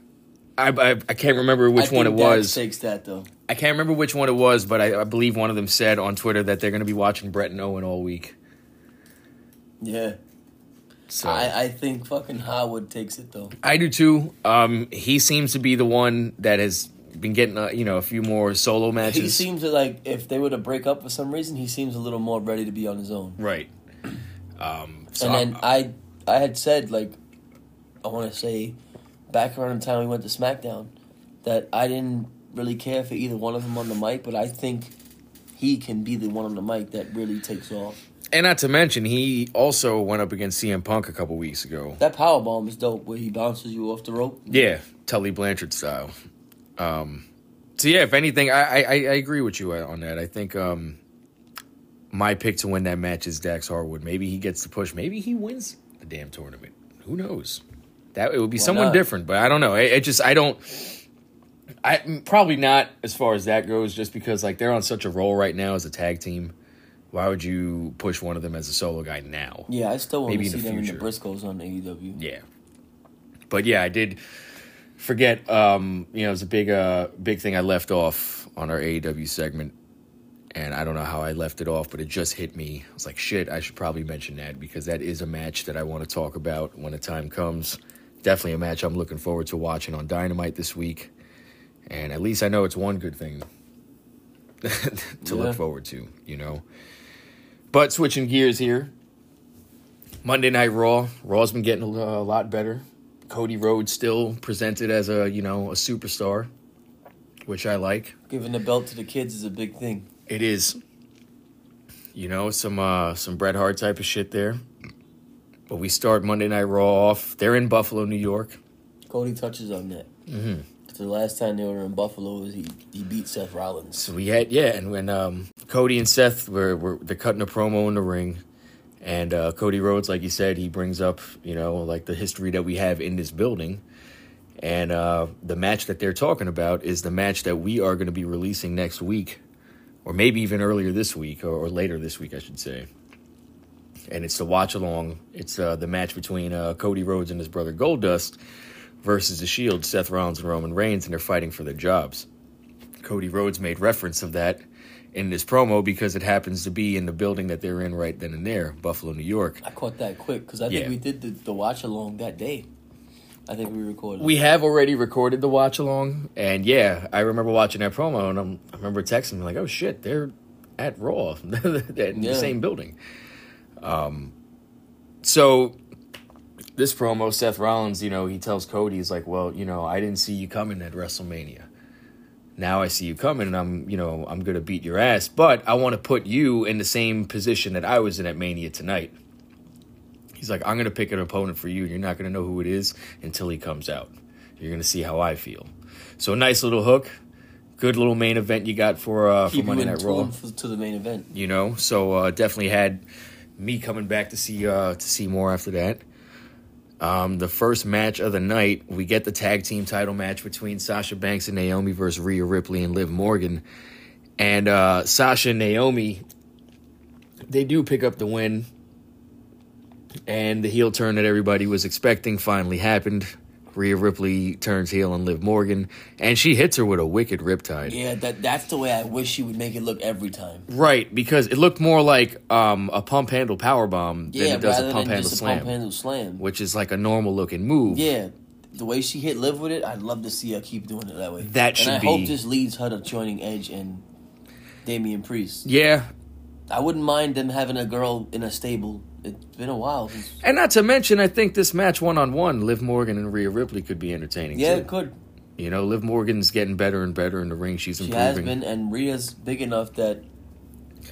A: I, I, I can't remember
B: I
A: which one it
B: think Dak
A: was.
B: Takes that though.
A: I can't remember which one it was, but I, I believe one of them said on Twitter that they're going to be watching Brett and Owen all week.
B: Yeah,
A: So
B: I, I think fucking Howard takes it though.
A: I do too. Um, he seems to be the one that has been getting uh, you know a few more solo
B: He
A: matches.
B: seems to like if they were to break up for some reason, he seems a little more ready to be on his own.
A: right. Um, so
B: and
A: I-
B: then I, I had said like, I want to say, back around the time we went to SmackDown, that I didn't really care for either one of them on the mic, but I think he can be the one on the mic that really takes off.
A: and not to mention he also went up against CM Punk a couple weeks ago.
B: That power bomb is dope, where he bounces you off the rope.
A: Yeah, Tully Blanchard style. Um, so yeah, if anything, I, I I I agree with you on that. I think um, my pick to win that match is Dax Harwood. Maybe he gets the push. Maybe he wins the damn tournament. Who knows? That it would be
B: Why
A: someone
B: not?
A: different, but I don't know. It, it just I don't. I mm, probably not as far as that goes, just because like they're on such a roll right now as a tag team. Why would you push one of them as a solo guy now?
B: Yeah, I still want
A: Maybe
B: to
A: in
B: see
A: the
B: them in the
A: future.
B: Briscoes on E AEW.
A: Yeah. But yeah, I did forget um, you know, it was a big uh big thing I left off on our AEW segment. And I don't know how I left it off, but it just hit me. I was like, shit, I should probably mention that because that is a match that I want to talk about when the time comes. Definitely a match I'm looking forward to watching on Dynamite this week. And at least I know it's one good thing to
B: Yeah.
A: look forward to, you know. But switching gears here, Monday Night Raw. Raw's been getting a, a lot better. Cody Rhodes still presented as a you know a superstar, which I like.
B: Giving the belt to the kids is a big thing.
A: It is, you know, some uh, some Bret Hart type of shit there. But we start Monday Night Raw off. They're in Buffalo, New York.
B: Cody touches on that. Mm-hmm. The last time they were in Buffalo, was he he beat Seth Rollins.
A: So we had yeah, and when um, Cody and Seth were, were they're cutting a promo in the ring, and uh, Cody Rhodes, like you said, he brings up you know like the history that we have in this building, and uh, the match that they're talking about is the match that we are going to be releasing next week, or maybe even earlier this week or, or later this week, I should say. And it's the watch along. It's uh, the match between uh, Cody Rhodes and his brother Goldust versus the Shield, Seth Rollins and Roman Reigns, and they're fighting for their jobs. Cody Rhodes made reference of that in this promo because it happens to be in the building that they're in right then and there, Buffalo, New York.
B: I caught that quick because I think
A: Yeah.
B: we did the, the watch along that day. I think we recorded.
A: We have already recorded the watch along, and yeah, I remember watching that promo, and I'm, I remember texting me like, "Oh shit, they're at Raw, they're in
B: Yeah.
A: the same building." Um, so this promo, Seth Rollins, you know, he tells Cody, he's like, "Well, you know, I didn't see you coming at WrestleMania. Now I see you coming, and I'm, you know, I'm gonna beat your ass, but I want to put you in the same position that I was in at Mania tonight." He's like, I'm going to pick an opponent for you. You're not going to know who it is until he comes out. You're going to see how I feel. So, nice little hook. Good little main event you got for, uh, for
B: keep you
A: Monday
B: in
A: Night Raw.
B: tune f- to the main event.
A: You know, so uh, definitely had me coming back to see uh, to see more after that. Um, the first match of the night, we get the tag team title match between Sasha Banks and Naomi versus Rhea Ripley and Liv Morgan. And uh, Sasha and Naomi, they do pick up the win. And the heel turn that everybody was expecting finally happened. Rhea Ripley turns heel on Liv Morgan, and she hits her with a wicked riptide.
B: Yeah, that that's the way I wish she would make it look every time.
A: Right, because it looked more like um, a pump handle power bomb
B: Yeah,
A: than it does
B: rather
A: a pump
B: than
A: handle
B: just
A: slam,
B: a pump handle slam.
A: which is like a normal looking move.
B: yeah, the way she hit live with it, I'd love to see her keep doing it that way.
A: That
B: and
A: should
B: I hope
A: be-
B: this leads her to joining Edge and Damian Priest.
A: Yeah,
B: I wouldn't mind them having a girl in a stable. It's been a while. since-
A: and not to mention, I think this match one on one, Liv Morgan and Rhea Ripley could be entertaining.
B: Yeah,
A: too.
B: it could.
A: you know, Liv Morgan's getting better and better in the ring. She's
B: She
A: improving.
B: has been, and Rhea's big enough that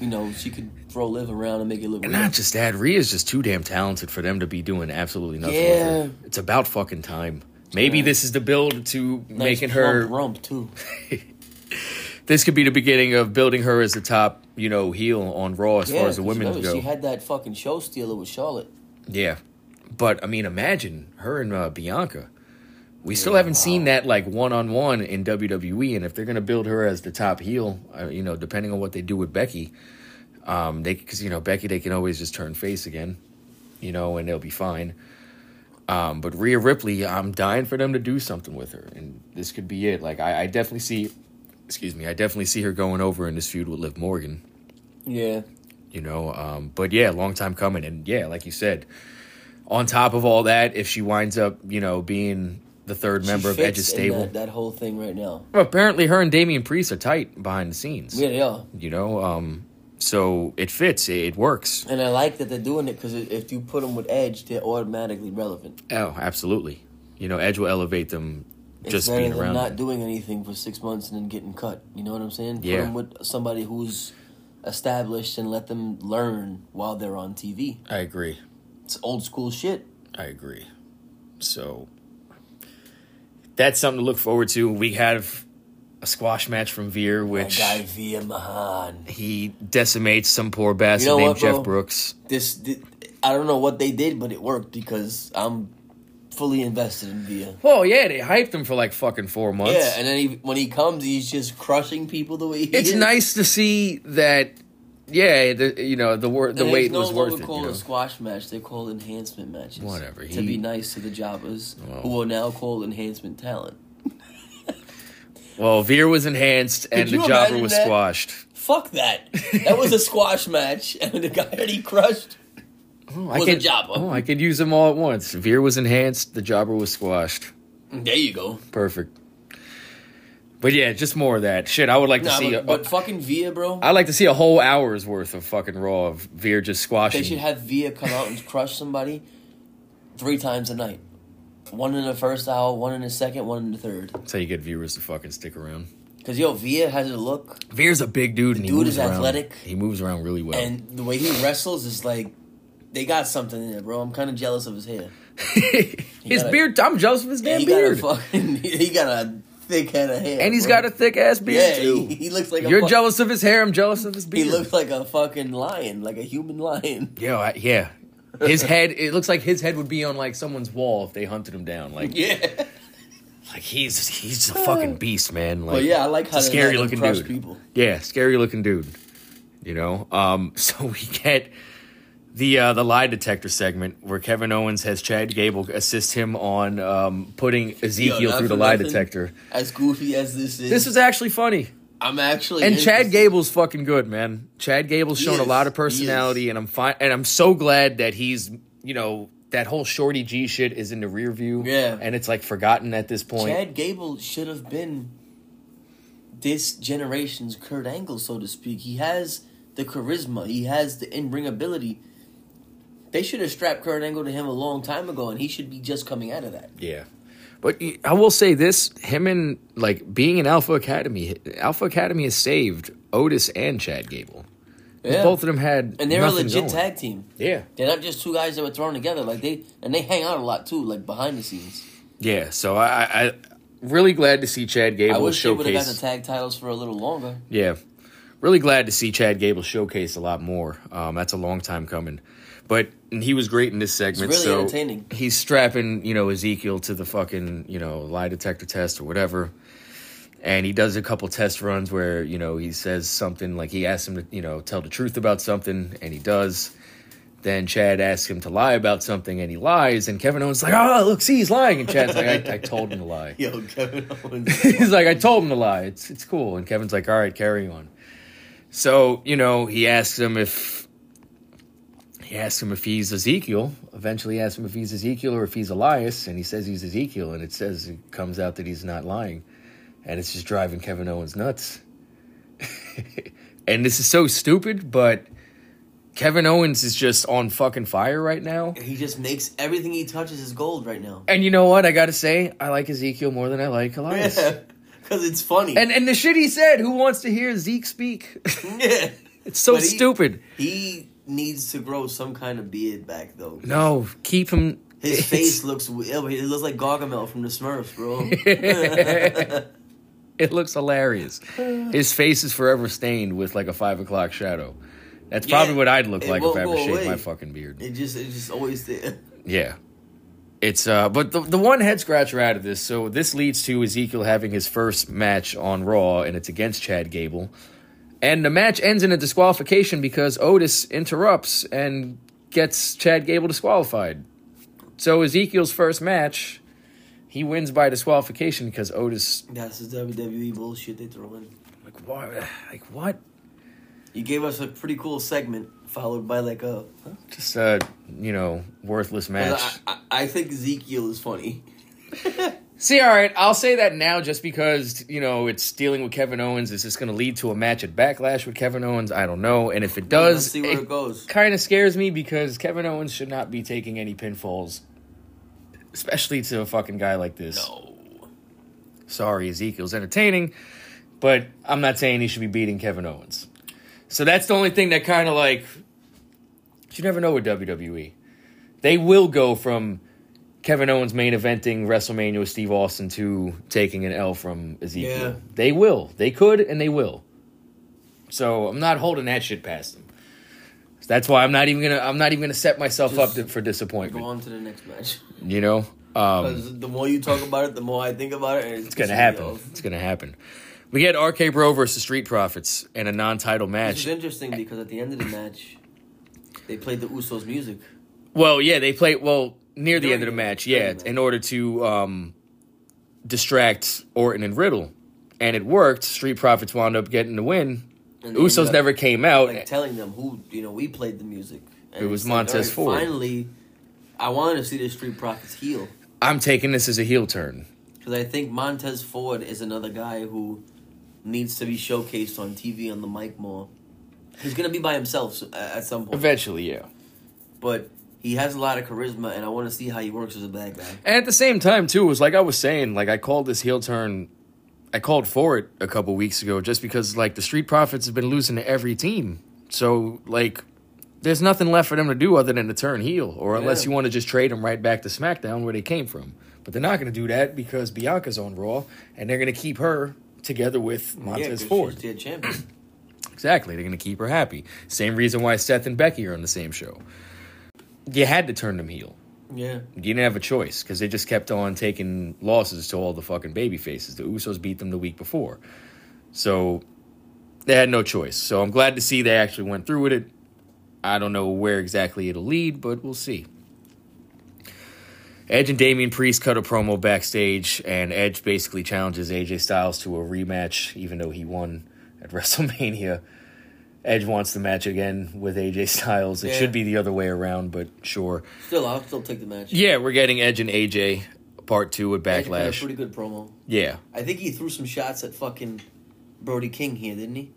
B: you know she could throw live around and make it look.
A: And
B: real.
A: not just that, Rhea's just too damn talented for them to be doing absolutely nothing
B: Yeah.
A: with her. It's about fucking time. Maybe
B: Yeah.
A: this is the build to
B: Nice
A: making her.
B: plump rump too.
A: This could be the beginning of building her as the top, you know, heel on Raw as far as the
B: 'cause
A: women
B: remember,
A: go.
B: she had that fucking show stealer with Charlotte.
A: Yeah, but I mean, imagine her and uh, Bianca. We still haven't seen that like one on one in WWE, and if they're gonna build her as the top heel, uh, you know, depending on what they do with Becky, um, they because you know Becky, they can always just turn face again, you know, and they'll be fine. Um, but Rhea Ripley, I'm dying for them to do something with her, and this could be it. Like I, I definitely see, excuse me, I definitely see her going over in this feud with Liv Morgan.
B: Yeah.
A: You know, um, but yeah, long time coming, and yeah, like you said, on top of all that, if she winds up, you know, being the third member
B: She
A: of
B: fits
A: Edge's
B: in
A: stable,
B: That, that whole thing right now.
A: Well, apparently her and Damian Priest are tight behind the scenes.
B: Yeah, they are.
A: You know, um, so it fits, it, it works.
B: And I like that they're doing it because if you put them with Edge, they're automatically relevant.
A: Oh, absolutely. You know, Edge will elevate them
B: It's
A: just
B: better
A: being
B: than
A: around.
B: not
A: them.
B: doing anything for six months and then getting cut. You know what I'm saying?
A: Yeah.
B: Put them with somebody who's established and let them learn while they're on TV.
A: I agree.
B: It's old school shit.
A: I agree. So that's something to look forward to. We have a squash match from Veer,
B: That
A: which
B: guy Via Mahan.
A: he decimates some poor bastard
B: You know
A: named
B: what,
A: Jeff
B: bro?
A: Brooks.
B: This, thi- I don't know what they did, but it worked because I'm fully invested in Via.
A: Well, yeah, they hyped him for like fucking four months.
B: Yeah, and then he, when he comes, he's just crushing people the way he
A: it's
B: is.
A: nice to see that. Yeah, the, you know the wor- the
B: And
A: wait
B: it's no
A: was
B: longer
A: worth it. you
B: called
A: know?
B: a squash match. They're called enhancement matches.
A: Whatever,
B: To
A: he-
B: be nice to the jobbers,
A: Well.
B: who are now called enhancement talent.
A: Well, Veer was enhanced and
B: you
A: the jobber
B: imagine
A: was
B: that?
A: squashed.
B: Fuck that. That was a squash match, and the guy that he crushed.
A: Oh, I
B: Was a
A: could-
B: jobber.
A: Oh, I could use them all at once. Veer was enhanced. The jobber was squashed.
B: There you go.
A: Perfect. But yeah, just more of that shit. I would like to
B: Nah,
A: see. uh,
B: but,
A: a,
B: but fucking Via, bro.
A: I like to see a whole hour's worth of fucking raw of Veer just
B: They should
A: squashing.
B: have Via come out and crush somebody three times a night. One in the first hour, one in the second, one in the third.
A: That's how you get viewers to fucking stick around.
B: Because yo, Via has a look,
A: Veer's a big dude. and he
B: dude
A: moves
B: is
A: around.
B: athletic.
A: He moves around really well.
B: and the way he wrestles is like, they got something in there, bro. I'm kind of jealous of his hair.
A: his
B: got a-
A: beard. I'm jealous of his damn
B: he
A: beard.
B: got a fucking, he got a thick head of hair,
A: and he's
B: bro.
A: got a thick ass beard
B: yeah.
A: too.
B: He, he looks like a
A: You're
B: fuck-
A: jealous of his hair. I'm jealous of his
B: He
A: beard.
B: looks like a fucking lion, like a human lion.
A: Yeah, I, yeah. His head. It looks like his head would be on like someone's wall if they hunted him down. Like,
B: Yeah,
A: like he's he's a fucking beast, man. Like,
B: but yeah, I like how
A: it's a
B: they let
A: scary
B: him
A: looking
B: crush
A: dude.
B: People.
A: Yeah, scary looking dude. You know. Um. So we get the uh, the lie detector segment where Kevin Owens has Chad Gable assist him on um, putting Ezekiel
B: not
A: through the
B: for
A: lie
B: nothing.
A: detector.
B: As goofy as this is,
A: This was actually funny.
B: I'm actually
A: And Chad
B: interested.
A: Gable's fucking good, man. Chad Gable's
B: He
A: shown a
B: is.
A: lot of
B: He is.
A: personality, and I'm fine. And I'm so glad that he's, you know, that whole Shorty G shit is in the rear view.
B: Yeah.
A: and it's like forgotten at this point.
B: Chad Gable should have been this generation's Kurt Angle, so to speak. He has the charisma, he has the in ring ability. They should have strapped Kurt Angle to him a long time ago, and he should be just coming out of that.
A: Yeah, but y- I will say this: him and like being in Alpha Academy, Alpha Academy has saved Otis and Chad Gable. 'Cause
B: Yeah.
A: Both of them had
B: And they're a
A: nothing
B: legit
A: going.
B: tag team.
A: Yeah,
B: They're not just two guys that were thrown together. Like they and they hang out a lot too, like behind the scenes.
A: yeah. So I, I, I really glad to see Chad Gable
B: I wish they would have
A: showcase.
B: got the tag titles for a little longer.
A: Yeah. Really glad to see Chad Gable showcase a lot more. Um, that's a long time coming. But and he was great in this segment.
B: really
A: so
B: entertaining.
A: He's strapping, you know, Ezekiel to the fucking, you know, lie detector test or whatever. And he does a couple test runs where, you know, he says something like he asks him to, you know, tell the truth about something, and he does. Then Chad asks him to lie about something, and he lies. And Kevin Owens is like, oh, look, see, he's lying. And Chad's like, I, I told him to lie.
B: Yo, Kevin Owens.
A: He's like, I told him to lie. It's it's cool. And Kevin's like, all right, carry on. So you know, he asks him if he asks him if he's Ezekiel. Eventually, asks him if he's Ezekiel or if he's Elias, and he says he's Ezekiel. And it says it comes out that he's not lying, and it's just driving Kevin Owens nuts. and this is so stupid, but Kevin Owens is just on fucking fire right now.
B: he just makes everything he touches is gold right now.
A: And you know what? I gotta say, I like Ezekiel more than I like Elias.
B: Because it's funny.
A: And and the shit he said, who wants to hear Zeke speak?
B: yeah.
A: It's so
B: But he-
A: stupid.
B: He needs to grow some kind of beard back though.
A: No, keep him.
B: His
A: it's-
B: face looks weird. It looks like Gargamel from the Smurfs, bro.
A: It looks hilarious. His face is forever stained with like a five o'clock shadow. That's
B: Yeah,
A: probably what I'd look
B: it
A: like if
B: won't
A: I ever
B: go
A: shaved my
B: away.
A: fucking beard.
B: it just, it just always there.
A: Yeah. It's uh but the the one head scratcher out of this, so this leads to Ezekiel having his first match on Raw and it's against Chad Gable. And the match ends in a disqualification because Otis interrupts and gets Chad Gable disqualified. So Ezekiel's first match, he wins by disqualification because Otis
B: That's the WWE bullshit they throw in.
A: like why like what?
B: You gave us a pretty cool segment, followed by like a. Huh?
A: Just a you know worthless match.
B: I, I, I think Ezekiel is funny.
A: See, all right, I'll say that now just because, you know, it's dealing with Kevin Owens. Is this going to lead to a match at Backlash with Kevin Owens? I don't know. And if it
B: Let's
A: does,
B: see where it goes.
A: kind of scares me because Kevin Owens should not be taking any pinfalls, especially to a fucking guy like this.
B: No.
A: Sorry, Ezekiel's entertaining, but I'm not saying he should be beating Kevin Owens. So that's the only thing that kind of like, you never know with WWE. They will go from Kevin Owens main eventing WrestleMania with Steve Austin to taking an L from Ezekiel.
B: Yeah.
A: They will. They could and they will. So I'm not holding that shit past them. So that's why I'm not even gonna. I'm not even gonna set myself
B: Just
A: up to, for
B: Go
A: disappointment.
B: on to the next match.
A: You know. Um,
B: 'Cause the more you talk about it, the more I think about it. And it's,
A: It's gonna happen. It's gonna happen. We get RK Bro versus Street Profits in a non-title
B: It's
A: match.
B: interesting because at the end of the match, they played the Usos music.
A: Well, yeah, they play well near the
B: During
A: end of the
B: the-
A: match.
B: during
A: Yeah,
B: the match.
A: in order to um, distract Orton and Riddle, and it worked. Street Profits wound up getting the win.
B: And they ended
A: Usos
B: up,
A: never came out.
B: like telling them who you know we played the music. And
A: It was
B: it's like,
A: Montez
B: alright,
A: Ford.
B: Finally, I wanted to see the Street Profits heal
A: I'm taking this as a heel turn.
B: because I think Montez Ford is another guy who needs to be showcased on TV on the mic more. He's gonna be by himself so- a- at some point,
A: Eventually, yeah.
B: but he has a lot of charisma, and I want to see how he works as a bad guy.
A: And at the same time, too, it was like I was saying, like I called this heel turn, I called for it a couple weeks ago, just because like the Street Profits have been losing to every team, so like there's nothing left for them to do other than to turn heel, or unless
B: Yeah.
A: you want to just trade them right back to SmackDown where they came from. But they're not going to do that because Bianca's on Raw, and they're going to keep her together with
B: Yeah,
A: Montez
B: 'cause
A: Ford.
B: she's their champion.
A: Exactly. They're going to keep her happy. Same reason why Seth and Becky are on the same show. You had to turn them heel
B: yeah,
A: you didn't have a choice because they just kept on taking losses to all the fucking baby faces. The Usos beat them the week before. So they had no choice. So I'm glad to see they actually went through with it. I don't know where exactly it'll lead, but we'll see. Edge and Damian Priest cut a promo backstage, and Edge basically challenges AJ Styles to a rematch, even though he won at WrestleMania. Edge wants the match again with AJ Styles. It
B: Yeah.
A: should be the other way around, but sure.
B: still I'll still take the match.
A: Yeah, we're getting Edge and AJ part two at
B: Edge cut a
A: Backlash.
B: pretty good promo.
A: yeah.
B: I think he threw some shots at fucking Brody King here, didn't he?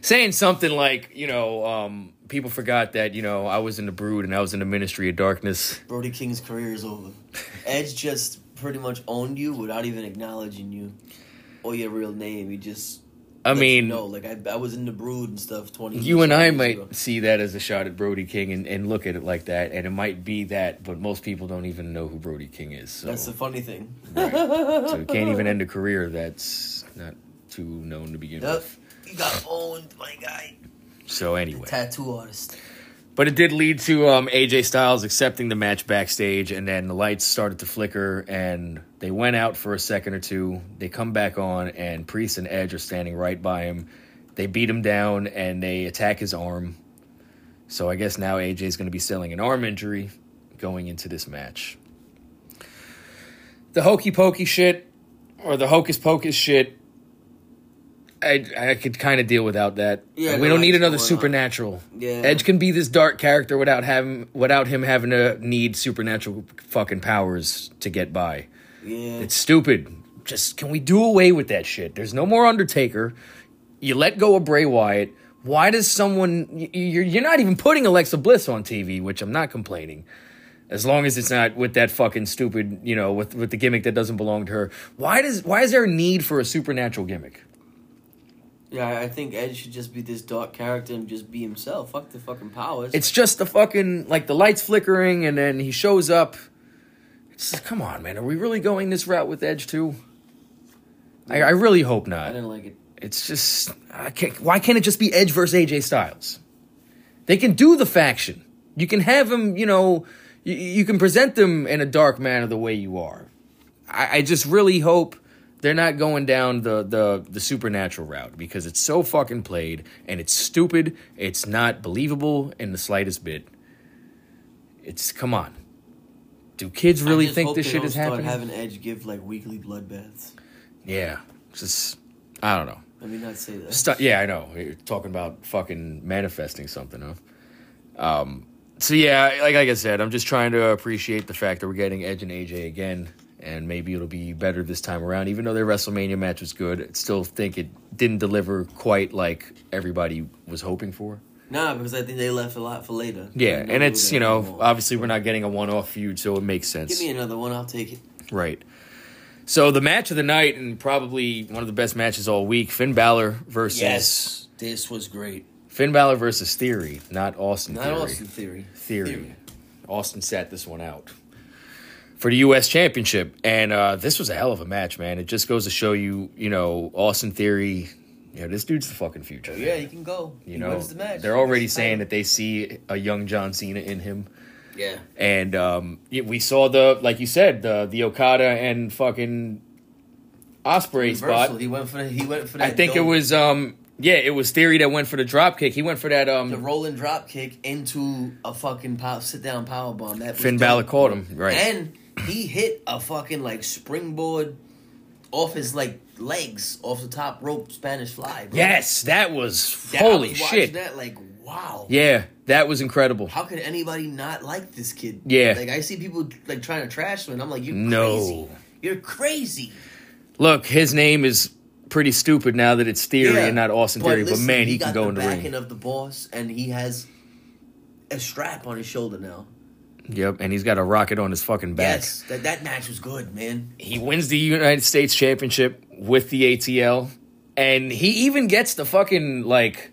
A: Saying something like, you know, um, people forgot that, you know, I was in the brood and I was in the ministry of darkness.
B: Brody King's career is over. Edge just pretty much owned you without even acknowledging you or your real name. He just.
A: I mean,
B: no, like I, I was in the brood and stuff. Twenty.
A: you and I
B: years
A: might
B: ago.
A: see that as a shot at Brody King and, and look at it like that, and it might be that, but most people don't even know who Brody King is. So,
B: That's the funny thing.
A: Right. so you can't even end a career that's not too known to begin
B: Yep.
A: with.
B: You got owned, my guy.
A: So anyway.
B: Tattoo artist.
A: But it did lead to um, AJ Styles accepting the match backstage, and then the lights started to flicker, and they went out for a second or two. They come back on, and Priest and Edge are standing right by him. They beat him down, and they attack his arm. So I guess now AJ's going to be selling an arm injury going into this match. The hokey pokey shit, or the hocus pocus shit, I, I could kind of deal without that.
B: Yeah,
A: we
B: no,
A: don't need
B: that's
A: another
B: going on.
A: supernatural.
B: Yeah.
A: Edge can be this dark character without having without him having to need supernatural fucking powers to get by.
B: Yeah.
A: It's stupid. Just can we do away with that shit? There's no more Undertaker. You let go of Bray Wyatt. Why does someone y- y- you're you're not even putting Alexa Bliss on TV, which I'm not complaining. As long as it's not with that fucking stupid, you know, with with the gimmick that doesn't belong to her. Why does why is there a need for a supernatural gimmick?
B: yeah, I think Edge should just be this dark character and just be himself. Fuck the fucking powers.
A: It's just the fucking like the lights flickering and then he shows up. It's just, come on, man. Are we really going this route with Edge too? I, I really hope
B: I
A: not.
B: didn't like it.
A: It's just I can't, why can't it just be Edge versus AJ Styles? They can do the faction. You can have them, you know, you, you can present them in a dark manner the way you are. I, I just really hope they're not going down the, the the supernatural route because it's so fucking played and it's stupid. It's not believable in the slightest bit. It's come on. do kids really
B: just
A: think
B: hope
A: this
B: they
A: shit
B: don't
A: is
B: start
A: happening?
B: having Edge give like weekly bloodbaths.
A: yeah, it's just I don't know.
B: Let me not say that.
A: Stu- yeah, I know. You're talking about fucking manifesting something, huh? Um, so yeah, like, like I said, I'm just trying to appreciate the fact that we're getting Edge and AJ again, and maybe it'll be better this time around. Even though their WrestleMania match was good, I still think it didn't deliver quite like everybody was hoping for.
B: Nah, because I think they left a lot for later.
A: Yeah,
B: I
A: and it's
B: that
A: you
B: they
A: know
B: won't.
A: obviously we're not getting a one-off feud, so it makes sense.
B: Give me another one, I'll take it.
A: Right. So the match of the night and probably one of the best matches all week: Finn Balor versus
B: this was great.
A: Finn Balor versus Theory, not Austin.
B: Not
A: Theory.
B: Austin Theory.
A: Theory. Austin sat this one out for the U.S. Championship, and uh, this was a hell of a match, man. It just goes to show you, you know, Austin Theory. You know, this dude's the fucking future.
B: Yeah,
A: man.
B: he can go.
A: you
B: he
A: know,
B: wins the match.
A: they're already saying that they see a young John Cena in him.
B: Yeah.
A: And um, yeah, we saw the, like you said, the the Okada and fucking Osprey
B: Reversal.
A: spot.
B: He went for the, he went for that
A: I think it
B: dome-
A: was, um, yeah, it was Theory that went for the drop kick. He went for that.
B: the
A: Um,
B: rolling drop kick into a fucking pop sit down power bomb. That was
A: Finn
B: dope.
A: Balor caught him right.
B: and he hit a fucking like springboard off his like legs off the top rope Spanish fly. Bro.
A: yes, that was
B: That- I
A: holy
B: was watching
A: shit.
B: That like wow.
A: Yeah, that was incredible.
B: How could anybody not like this kid?
A: Yeah.
B: Like I see people like trying to trash him, and I'm like, you're
A: No.
B: crazy. You're crazy.
A: Look, his name is pretty stupid now that it's Theory
B: Yeah.
A: and not Austin Theory,
B: listen,
A: but man, he,
B: got
A: can go
B: the
A: in the
B: backing
A: ring.
B: of the boss, and he has a strap on his shoulder now.
A: yep, and he's got a rocket on his fucking back.
B: Yes, that that match was good, man.
A: he wins the United States Championship with the ATL, and he even gets the fucking like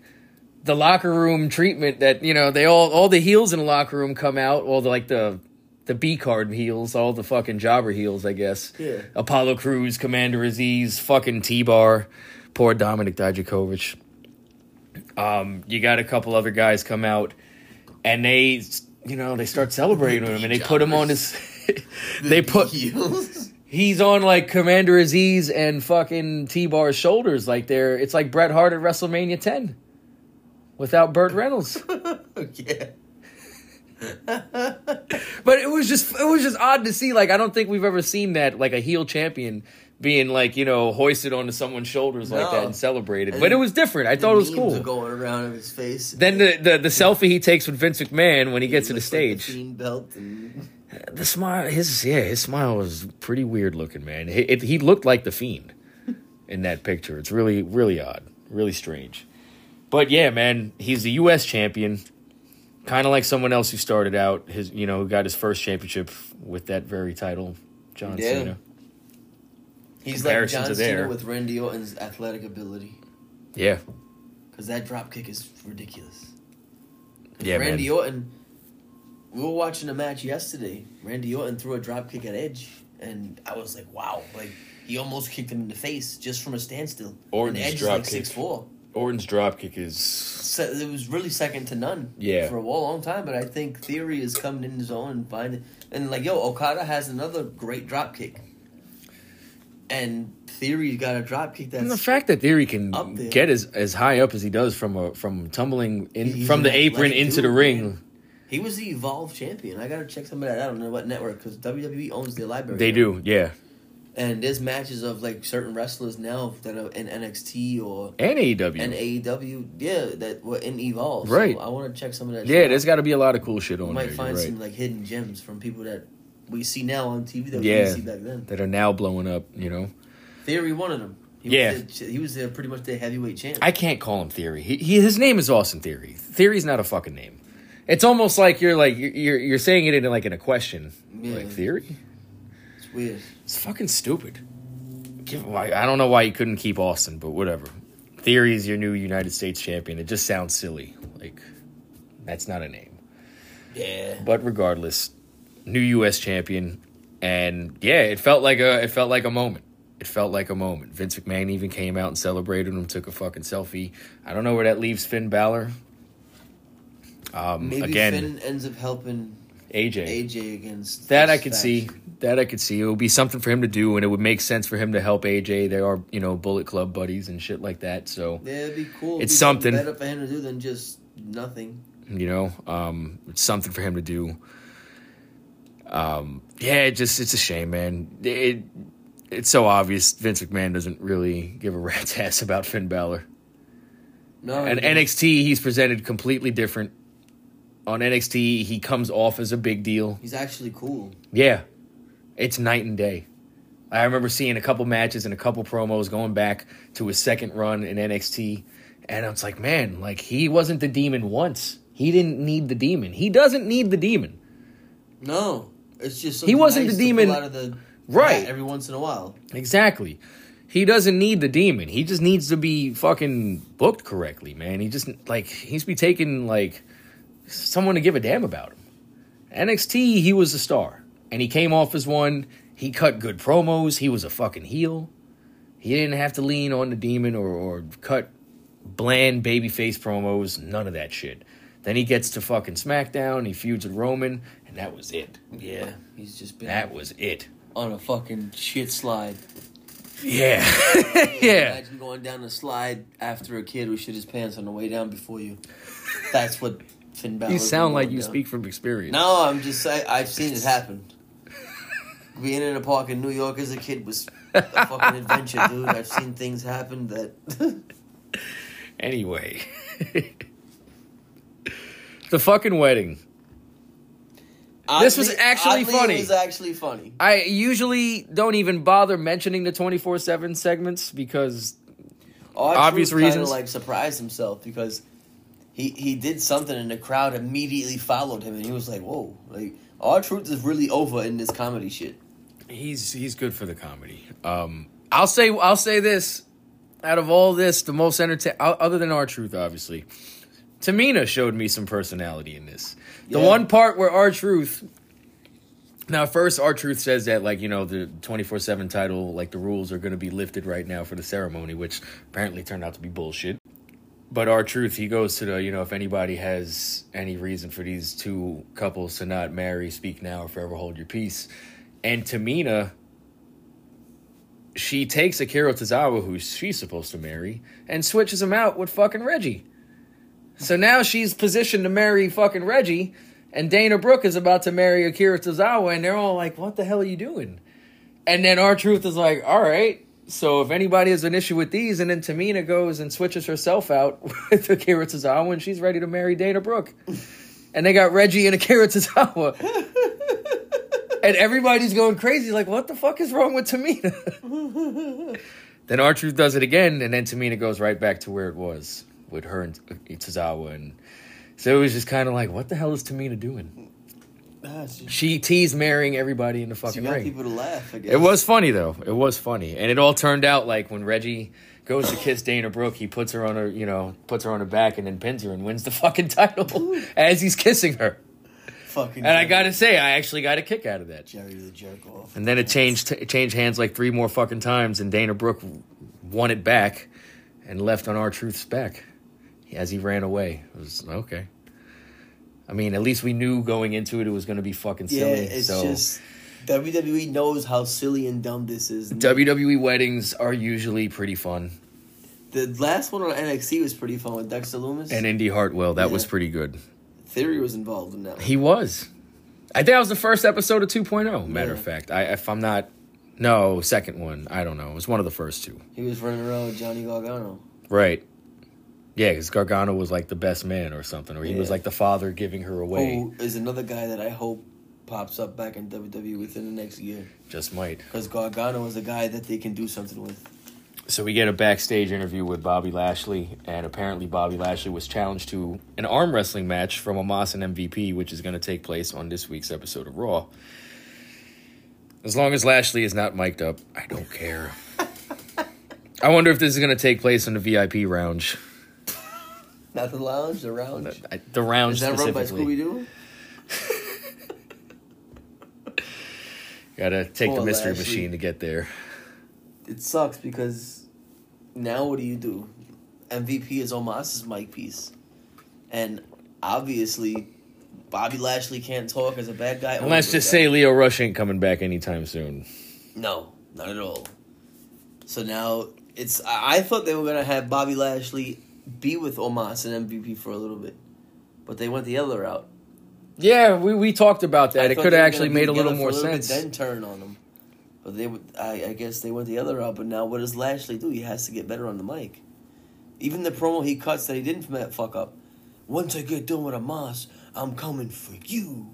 A: the locker room treatment that you know they all all the heels in the locker room come out, all the like the the B card heels, all the fucking jobber heels, I guess.
B: Yeah.
A: Apollo Cruz, Commander Aziz, fucking T Bar, poor Dominic Dijakovic. Um, you got a couple other guys come out, and they you know they start celebrating with him, and they put him on his. they put
B: heels.
A: he's on like Commander Aziz and fucking T Bar's shoulders. Like they're it's like Bret Hart at WrestleMania 10 without Burt Reynolds.
B: yeah.
A: but it was just it was just odd to see. Like I don't think we've ever seen that like a heel champion being like you know hoisted onto someone's shoulders like that
B: No.
A: and celebrated.
B: And
A: but it was different. I
B: The
A: thought it was
B: memes Are
A: cool.
B: going around of his face.
A: Then the, the the selfie he takes with Vince McMahon when he gets to the
B: Looks like
A: stage.
B: Fiend belt and
A: The smile, his yeah, his smile was pretty weird looking, man. He, it, he looked like the fiend in that picture. It's really, really odd, really strange. But yeah, man, he's the U.S. champion, kind of like someone else who started out his, you know, who got his first championship with that very title, John
B: Yeah.
A: Cena.
B: he's like
A: Comparisons
B: John
A: are
B: Cena
A: there.
B: with Randy Orton's athletic ability
A: Yeah,
B: because that drop kick is ridiculous. 'Cause
A: yeah,
B: Randy
A: man.
B: Orton. We were watching a match yesterday. Randy Orton threw a drop kick at Edge, and I was like, "Wow!" Like he almost kicked him in the face just from a standstill.
A: Orton's
B: and Edge is
A: drop
B: like
A: kick.
B: six four.
A: Orton's dropkick is
B: So it was really second to none.
A: Yeah.
B: For a long long time, but I think Theory is coming in his own and finding and like yo, Okada has another great drop kick. And Theory's got a drop kick that's
A: and the fact that Theory
B: Up
A: can
B: there.
A: get as, as high up as he does from a from tumbling in
B: He's
A: from the
B: an
A: apron
B: athletic
A: into
B: dude,
A: the ring.
B: man. he was the Evolve champion. I gotta check some of that. out. I don't know what network because WWE E owns the library.
A: They
B: now.
A: do, yeah.
B: And there's matches of like certain wrestlers now that are in NXT or
A: And E AEW.
B: and AEW. Yeah, that were in Evolve. So
A: Right.
B: I want to check some of that.
A: Yeah,
B: shit out.
A: there's got to be a lot of cool shit on
B: We might
A: there.
B: find
A: you're right.
B: some like hidden gems from people that we see now on TV that we
A: Yeah.
B: didn't see back then.
A: that are now blowing up. You know,
B: Theory wanted him. He
A: Yeah.
B: was the, he was the, pretty much the heavyweight champ.
A: I can't call him Theory. He, he his name is Austin Theory. Theory's not a fucking name. It's almost like you're like you're you're, you're saying it in like in a question.
B: Yeah.
A: Like Theory,
B: it's weird.
A: it's fucking stupid. Give, why, I don't know why you couldn't keep Austin, but whatever. Theory is your new United States champion. It just sounds silly. Like that's not a name.
B: Yeah,
A: But regardless, new U.S. champion, and yeah, it felt like a it felt like a moment. It felt like a moment. Vince McMahon even came out and celebrated him, took a fucking selfie. I don't know where that leaves Finn Balor. Um,
B: maybe
A: again,
B: Finn ends up helping
A: AJ.
B: AJ against
A: That I
B: this
A: could see.
B: faction.
A: That I could see. It would be something for him to do, and it would make sense for him to help AJ. They are, you know, Bullet Club buddies and shit like that. So
B: Yeah, it'd be cool. It'd
A: It's
B: be something
A: something.
B: better for him to do than just nothing.
A: you know um it's something for him to do Um, yeah, it just it's a shame, man. It it's so obvious Vince McMahon doesn't really give a rat's ass about Finn Balor.
B: No,
A: And NXT, he's presented completely different. On NXT, he comes off as a big deal.
B: he's actually cool.
A: Yeah, it's night and day. I remember seeing a couple matches and a couple promos going back to his second run in NXT, and I was like, man, like he wasn't the demon once. He didn't need the demon. He doesn't need the demon.
B: No, it's just
A: He wasn't the
B: something nice to
A: demon-
B: pull out of the
A: Right.
B: hat every once in a while.
A: Exactly. He doesn't need the demon. He just needs to be fucking booked correctly, man. He just like he needs to be taking like someone to give a damn about him. NXT, he was a star, and he came off as one. He cut good promos. He was a fucking heel. He didn't have to lean on the demon or, or cut bland babyface promos. None of that shit. Then he gets to fucking SmackDown. He feuds with Roman, and that was it.
B: Yeah, he's just been
A: That was it.
B: on a fucking shit slide.
A: Yeah, yeah.
B: Imagine going down a slide after a kid who shit his pants on the way down before you. That's what Finn Balor.
A: You sound like you speak from experience.
B: No, I'm just saying I've seen it happen. Being in a park in New York as a kid was a fucking adventure, dude. I've seen things happen that
A: Anyway. the fucking wedding. This was
B: Oddly-
A: actually
B: oddly,
A: funny.
B: It was actually funny.
A: I usually don't even bother mentioning the 24 7 segments because. Obvious
B: Kind
A: reasons.
B: of like surprised himself because he he did something and the crowd immediately followed him and he was like, "Whoa!" Like our truth is really over in this comedy shit.
A: He's he's good for the comedy. Um, I'll say I'll say this. Out of all this, the most entertaining, other than our truth, obviously, Tamina showed me some personality in this. The
B: Yeah.
A: one part where our truth. Now, first, our truth says that like you know the twenty four seven title, like the rules are going to be lifted right now for the ceremony, which apparently turned out to be bullshit. But our truth, he goes to the you know if anybody has any reason for these two couples to not marry, speak now or forever hold your peace. And Tamina, she takes Akira Tozawa, who she's supposed to marry, and switches him out with fucking Reggie. So now she's positioned to marry fucking Reggie, and Dana Brooke is about to marry Akira Tozawa, and they're all like, "What the hell are you doing?" And then our truth is like, "All right." So if anybody has an issue with these, and then Tamina goes and switches herself out with Akira Tozawa, and she's ready to marry Dana Brooke, and they got Reggie and Akira Tozawa, and everybody's going crazy, like, "What the fuck is wrong with Tamina?" Then R Truth does it again, and then Tamina goes right back to where it was with her and Tozawa, and so it was just kind of like, what the hell is Tamina doing? She teased marrying everybody in the
B: So
A: fucking
B: you got
A: ring.
B: people to laugh. I guess.
A: It was funny though. It was funny, and it all turned out like when Reggie goes to kiss Dana Brooke, he puts her on her, you know, puts her on her back, and then pins her and wins the fucking title as he's kissing her.
B: fucking.
A: And I
B: Jerry-
A: gotta say, I actually got a kick out of that.
B: Jerry the jerk off.
A: And then it changed it changed hands like three more fucking times, and Dana Brooke won it back and left on our truth's back as he ran away. It was okay. I mean, at least we knew going into it it was going to be fucking
B: Yeah,
A: silly.
B: it's
A: so
B: just WWE knows how silly and dumb this is.
A: WWE E weddings are usually pretty fun,
B: the last one on NXT was pretty fun with Dexter Loomis.
A: and Indy Hartwell that was
B: Yeah.
A: pretty good.
B: Theory was involved in that. One.
A: He was. I think that was the first episode of 2.0. Matter of
B: Yeah.
A: fact, I if I'm not, no, second one. I don't know. It was one of the first two.
B: He was running around with Johnny Gargano.
A: Right. Yeah, because Gargano was like the best man or something, or he was
B: Yeah. Oh.
A: like the father giving her away.
B: Who is another guy that I hope pops up back in WWE within the next year?
A: Just might.
B: Because Gargano is a guy that they can do something with.
A: So we get a backstage interview with Bobby Lashley, and apparently Bobby Lashley was challenged to an arm wrestling match from Amos and MVP, which is going to take place on this week's episode of Raw. As long as Lashley is not mic'd up, I don't care. I wonder if this is going to take place in the VIP lounge.
B: Not the lounge, the lounge.
A: I- The round
B: Is that run by
A: specifically.
B: Scooby Doo?
A: Gotta take
B: Poor
A: the mystery
B: Lashley.
A: machine to get there.
B: It sucks because now what do you do? MVP is Omas's mic piece, and obviously Bobby Lashley can't talk as a bad guy.
A: And let's
B: Only
A: just
B: good guy.
A: say Leo Rush ain't coming back anytime soon.
B: No, not at all. So now it's. I I thought they were gonna have Bobby Lashley be with Omos and MVP for a little bit, but they went the other route.
A: Yeah, we, we talked about that.
B: I
A: it
B: thought
A: could
B: they
A: have
B: were
A: actually
B: gonna
A: made
B: be
A: a little
B: together
A: more
B: for bit,
A: sense.
B: then turn on him. But they, would, I, I guess they went the other route. But now, what does Lashley do? He has to get better on the mic. Even the promo he cuts that he didn't f- fuck up. Once I get done with a Moss, I'm coming for you.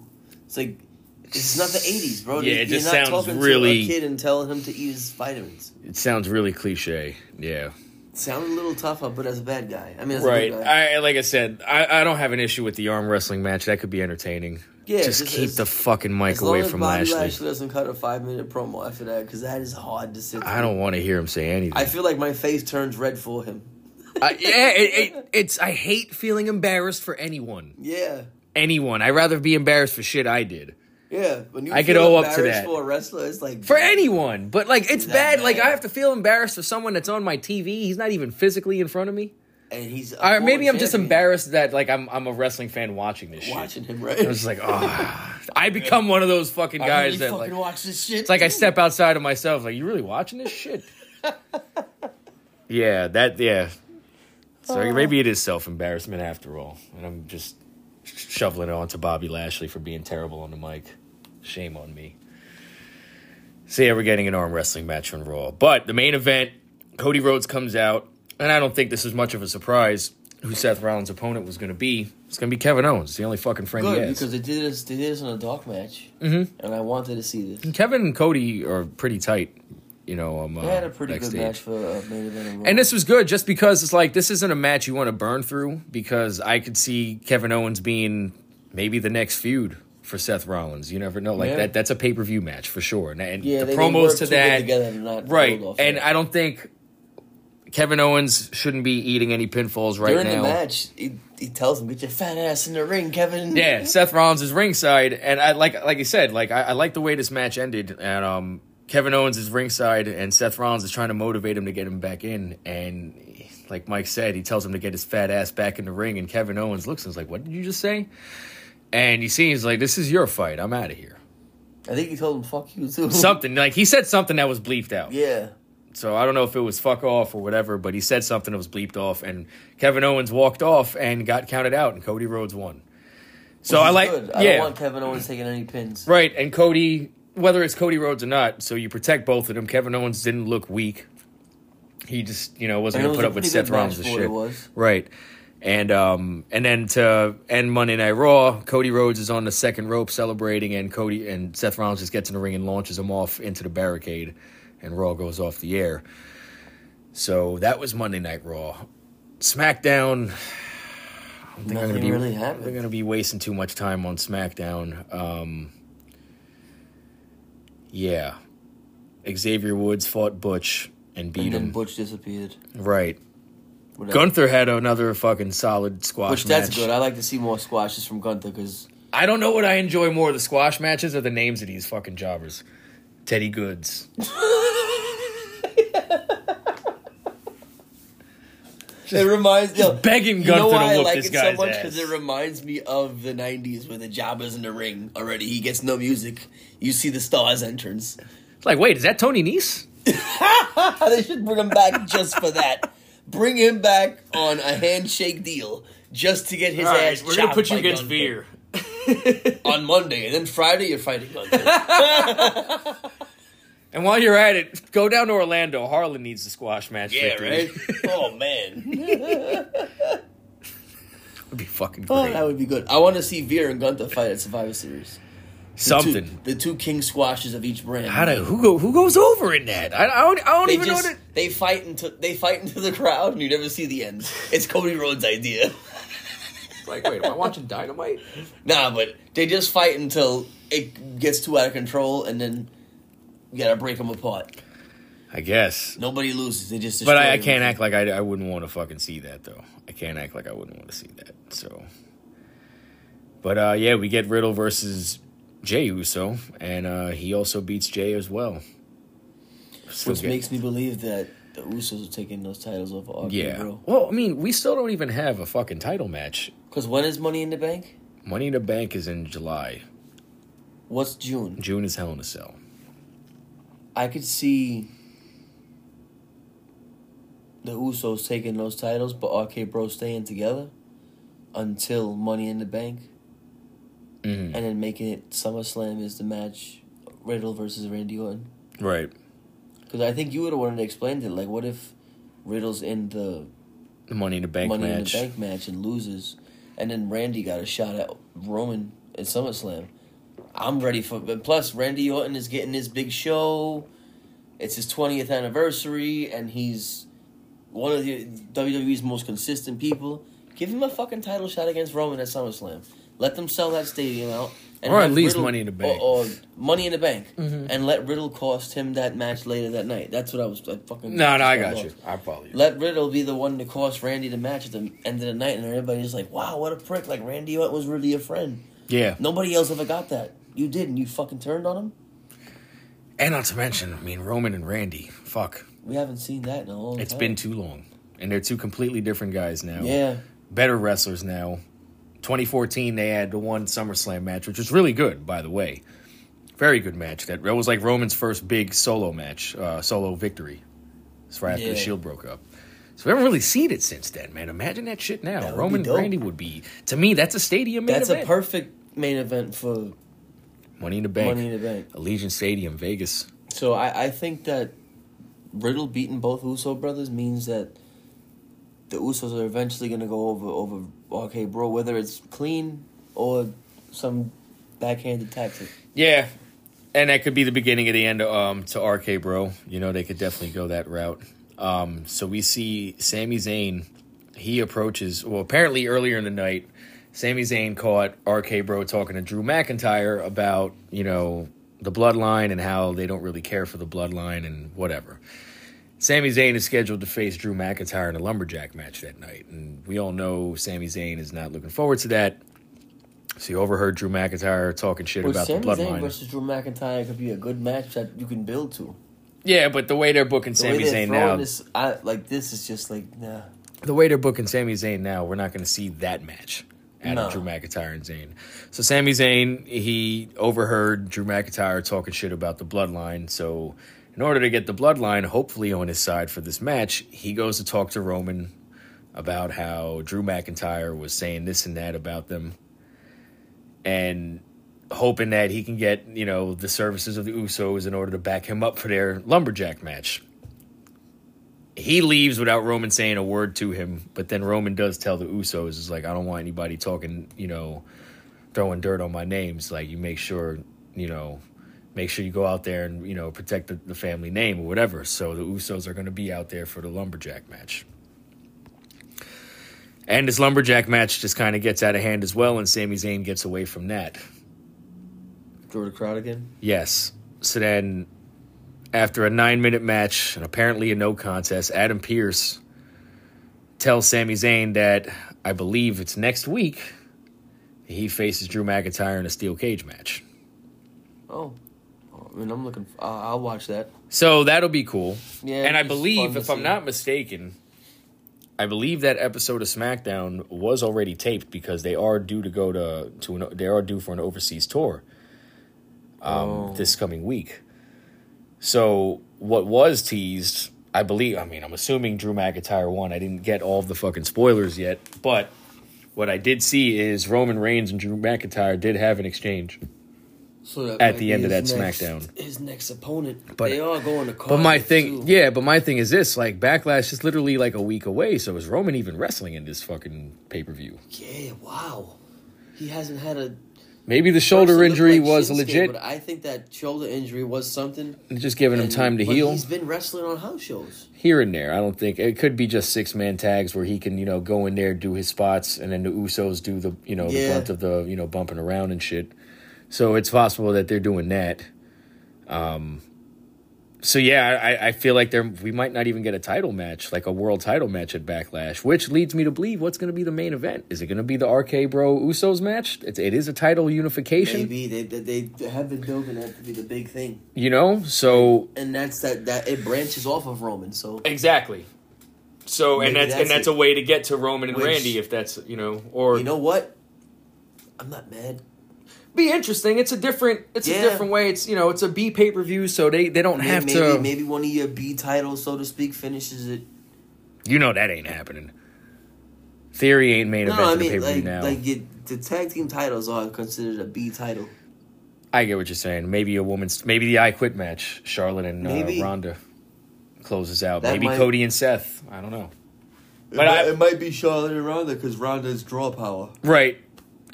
B: It's like it's not the '80s, bro.
A: Yeah, it
B: You're
A: just
B: not
A: sounds
B: talking
A: really-
B: to a kid and telling him to eat his vitamins.
A: It sounds really cliche. Yeah.
B: Sounds a little tough, but as a bad guy, I mean, as
A: Right.
B: a good guy.
A: I like I said, I, I don't have an issue with the arm wrestling match. That could be entertaining.
B: Yeah,
A: just,
B: just
A: keep
B: as-
A: the fucking mic
B: as long
A: away
B: as
A: from
B: Bobby
A: Lashley.
B: Lashley doesn't cut a five-minute promo after that, because that is hard to sit.
A: I
B: through.
A: don't want to hear him say anything.
B: I feel like my face turns red for him.
A: I- yeah, it, it, it's I hate feeling embarrassed for anyone.
B: Yeah.
A: Anyone. I'd rather be embarrassed for shit I did.
B: Yeah, when you
A: I could
B: feel
A: owe up to
B: embarrassed
A: that.
B: For a wrestler, it's like
A: For anyone. But like it's
B: Nah.
A: bad. Like I have to feel embarrassed for someone that's on my TV. He's not even physically in front of me.
B: and he's a
A: Or
B: former
A: maybe I'm just
B: champion.
A: embarrassed that like I'm I'm a wrestling fan watching this shit.
B: watching him.
A: I was
B: Right,
A: like, oh, I become one of those fucking
B: I
A: guys
B: really
A: that
B: fucking
A: like.
B: watch this shit.
A: It's like I step outside of myself. Like, you really watching this shit? yeah, that yeah. So maybe it is self embarrassment after all, and I'm just shoveling it onto Bobby Lashley for being terrible on the mic. Shame on me. So yeah, we're getting an arm wrestling match on Raw, but the main event, Cody Rhodes comes out, and I don't think this is much of a surprise. Who Seth Rollins' opponent was going to be? It's going to be Kevin Owens, the only fucking friend he
B: good
A: has.
B: because they did this. They did this in a dark match, mm-hmm. and I wanted to see this.
A: Kevin and Cody are pretty tight. You know, um,
B: They
A: uh,
B: had a pretty
A: backstage.
B: good match for a main event. of Raw.
A: And this was good just because it's like this isn't a match you want to burn through because I could see Kevin Owens being maybe the next feud for Seth Rollins. You never know. Like
B: Yeah.
A: that that's a pay-per-view match for sure. And, and
B: yeah,
A: the
B: they, they
A: promos
B: worked
A: to
B: too good
A: that.
B: together to not
A: right.
B: hold off
A: And
B: that.
A: I don't think Kevin Owens shouldn't be eating any pinfalls right
B: during
A: now.
B: the match, he, he tells him, "Get your fat ass in the ring, Kevin."
A: Yeah, Seth Rollins is ringside, and I like like I said, like I, I like the way this match ended, and um, Kevin Owens is ringside, and Seth Rollins is trying to motivate him to get him back in, and like Mike said, he tells him to get his fat ass back in the ring, and Kevin Owens looks and is like, "What did you just say?" And he seems like this is your fight. I'm out of here.
B: I think he told him, "Fuck you too."
A: Something like he said something that was bleeped out.
B: yeah,
A: So I don't know if it was fuck off or whatever, but he said something that was bleeped off, and Kevin Owens walked off and got counted out, and Cody Rhodes won. So
B: Which
A: I
B: is
A: like,
B: good.
A: yeah.
B: I don't want Kevin Owens taking any pins.
A: Right, and Cody, whether it's Cody Rhodes or not, so you protect both of them. Kevin Owens didn't look weak. He just, you know, wasn't
B: And it
A: going to put
B: was a
A: up with
B: pretty good
A: Seth Rollins'
B: match for what
A: shit.
B: it was.
A: Right. And um and then to end Monday Night Raw, Cody Rhodes is on the second rope celebrating, and Cody and Seth Rollins just gets in the ring and launches him off into the barricade, and Raw goes off the air. So that was Monday Night Raw. SmackDown. I don't think I'm gonna
B: Nothing
A: be
B: really
A: We're
B: happened.
A: gonna be wasting too much time on SmackDown. Um, yeah, Xavier Woods fought Butch and beat
B: And then
A: him.
B: Butch disappeared.
A: right.
B: Whatever.
A: Gunther had another fucking solid squash
B: Which
A: match.
B: that's good. I like to see more squashes from Gunther because
A: I don't know what I enjoy more: the squash matches or the names of these fucking jobbers. Teddy Goods.
B: it reminds yo,
A: begging
B: you
A: Gunther
B: know
A: to
B: why I
A: whoop
B: like
A: this
B: it
A: guy's
B: so much
A: ass.
B: because it reminds me of the '90s where the jobber's in the ring already. He gets no music. You see the stars entrance.
A: It's like, wait, is that Tony Nese?
B: they should bring him back just for that. Bring him back on a handshake deal just to get his ass. chopped by Gunther on Monday, and then Friday you're fighting Gunther.
A: And while you're at it, go down to Orlando. Harlan needs the squash match.
B: yeah,
A: victory.
B: right. Oh man,
A: That'd be fucking
B: oh,
A: great.
B: that would be good. I want to see Veer and Gunther fight at Survivor Series. The two-
A: Something.
B: the two king squashes of each brand.
A: How do who go who goes over in that? I, I don't I don't
B: they
A: even
B: just
A: know what it.
B: they fight into they fight into the crowd and you never see the end. It's Cody Rhodes' idea.
A: Like, wait, am I watching Dynamite?
B: Nah, but they just fight until it gets too out of control and then you gotta break them apart.
A: I guess,
B: Nobody loses. They just
A: but I, I
B: destroy
A: can't
B: everything.
A: act like I, I wouldn't want to fucking see that though. I can't act like I wouldn't want to see that. So, but uh, yeah, we get Riddle versus Jay Uso, and uh, he also beats Jay as well. Still
B: Which
A: get-
B: makes me believe that the Usos are taking those titles over Aubrey,
A: yeah.
B: bro.
A: Well, I mean, we still don't even have a fucking title match.
B: Because when is Money in the Bank?
A: Money in the Bank is in July.
B: What's June?
A: June is Hell in a Cell.
B: I could see the Usos taking those titles, but RK Bro staying together until Money in the Bank.
A: Mm-hmm.
B: and then making it SummerSlam is the match, Riddle versus Randy Orton.
A: Right.
B: Because I think you would have wanted to explain it. Like, what if Riddle's in the
A: The Money in the Bank
B: Money
A: match.
B: in the Bank match and loses, and then Randy got a shot at Roman at SummerSlam. I'm ready for. But plus, Randy Orton is getting his big show. It's his 20th anniversary, and he's one of the WWE's most consistent people. Give him a fucking title shot against Roman at SummerSlam. Let them sell that stadium out.
A: Or at
B: have
A: least Money in the Bank.
B: Or, or Money in the Bank. And let Riddle cost him that match later that night. That's what I was I fucking.
A: No, no, I
B: that's what
A: got
B: was.
A: you. I follow you.
B: Let Riddle be the one to cost Randy the match at the end of the night, and everybody's like, "Wow, what a prick!" Like Randy Orton was really a friend.
A: Yeah.
B: Nobody else ever got that. You didn't. You fucking turned on him.
A: And not to mention, I mean, Roman and Randy. Fuck.
B: We haven't seen that in a long
A: It's
B: time.
A: been too long. And they're two completely different guys now.
B: yeah,
A: Better wrestlers now. 2014, they had the one SummerSlam match, which was really good, by the way. Very good match. That that was like Roman's first big solo match, uh, solo victory. It's right after the
B: Yeah.
A: Shield broke up. So we haven't really seen it since then, man. Imagine that shit now.
B: That would be
A: Roman and
B: dope.
A: Randy would be, to me, that's a stadium main
B: that's a
A: event.
B: perfect main event for
A: Money in the Bank.
B: Money in the Bank.
A: Allegiant Stadium, Vegas.
B: So I, I think that Riddle beating both Uso brothers means that the Usos are eventually gonna go over over RK Bro, whether it's clean or some backhanded tactic.
A: Yeah, and that could be the beginning of the end um, to RK Bro. You know, they could definitely go that route. Um, so we see Sami Zayn. He approaches. Well, apparently earlier in the night, Sami Zayn caught RK Bro talking to Drew McIntyre about you know the bloodline and how they don't really care for the bloodline and whatever. Sami Zayn is scheduled to face Drew McIntyre in a lumberjack match that night, and we all know Sami Zayn is not looking forward to that. So you overheard Drew McIntyre talking shit
B: Well,
A: about
B: Sami
A: the bloodline.
B: Zayn versus Drew McIntyre could be a good match that you can build to.
A: Yeah, but the way they're booking
B: The way
A: Sami
B: they're
A: Zayn
B: throwing
A: now,
B: this, I, like this is just like nah.
A: the way they're booking Sami Zayn now, we're not going to see that match out
B: No.
A: of Drew McIntyre and Zayn. So Sami Zayn, he overheard Drew McIntyre talking shit about the Bloodline. So in order to get the Bloodline, hopefully on his side for this match, he goes to talk to Roman about how Drew McIntyre was saying this and that about them, and hoping that he can get you know the services of the Usos in order to back him up for their lumberjack match he leaves without Roman saying a word to him, but then Roman does tell the Usos, is like, I don't want anybody talking, you know, throwing dirt on my names. Like, you make sure, you know, make sure you go out there and, you know, protect the, the family name or whatever. So the Usos are going to be out there for the Lumberjack match. And this Lumberjack match just kind of gets out of hand as well, and Sami Zayn gets away from that.
B: Throw the crowd again.
A: Yes. So then, after a nine minute match and apparently a no contest, Adam Pierce tells Sami Zayn that I believe it's next week he faces Drew McIntyre in a steel cage match.
B: Oh, I mean, I'm looking. I I'll watch that.
A: So that'll be cool.
B: Yeah,
A: and I
B: it's fun
A: believe,
B: to
A: if I'm
B: see.
A: not mistaken, I believe that episode of SmackDown was already taped because they are due to go to to an, they are due for an overseas tour um,
B: Oh.
A: this coming week. So what was teased, I believe. I mean, I'm assuming Drew McIntyre won. I didn't get all of the fucking spoilers yet, but what I did see is Roman Reigns and Drew McIntyre did have an exchange.
B: So
A: At
B: that might
A: the
B: be
A: end of
B: his
A: that
B: next-
A: SmackDown.
B: his next opponent.
A: But-
B: But they are going to.
A: But
B: Cardiff,
A: my thing,
B: too.
A: yeah, but my thing is this: like Backlash is literally like a week away. So is Roman even wrestling in this fucking pay per view?
B: yeah, wow. He hasn't had a
A: Maybe the shoulder
B: person look
A: injury
B: like
A: was
B: Shinsuke,
A: legit,
B: But I think that shoulder injury was something.
A: just giving him
B: and-
A: time to
B: but
A: heal
B: He's been wrestling on house shows.
A: here and there. I don't think it could be just six man tags where he can you know go in there do his spots and then the Usos do the you know the
B: Yeah.
A: brunt of the you know bumping around and shit. So it's possible that they're doing that. Um. So yeah, I- I, I feel like there we might not even get a title match, like a world title match at Backlash, which leads me to believe what's going to be the main event. Is it going to be the RK Bro Usos match? It's, it is a title unification,
B: Maybe they they, they have been building that to be the big thing,
A: you know. So
B: and that's that that it branches off of Roman. So
A: Exactly. So and
B: Maybe
A: that's, and
B: that's
A: that's
B: it.
A: a way to get to Roman and
B: Which-
A: Randy if that's you know or
B: you know what? I'm not mad.
A: be interesting. It's a different it's a
B: Yeah.
A: different way. It's you know it's a B pay per view, so they they don't
B: May-
A: have
B: maybe,
A: to.
B: Maybe one of your B titles, so to speak, finishes it.
A: You know that ain't happening. Theory ain't main
B: No,
A: event
B: no, I
A: of the pay
B: mean
A: per view
B: like
A: now.
B: like it, the tag team titles are considered a B title.
A: I get what you're saying. Maybe a woman's, maybe the I Quit match, Charlotte and uh,
B: Maybe.
A: Ronda closes out.
B: That
A: maybe
B: might-
A: Cody and Seth. I don't know. But
B: It, might,
A: I-
B: it might be Charlotte and Ronda because Ronda's draw power.
A: Right.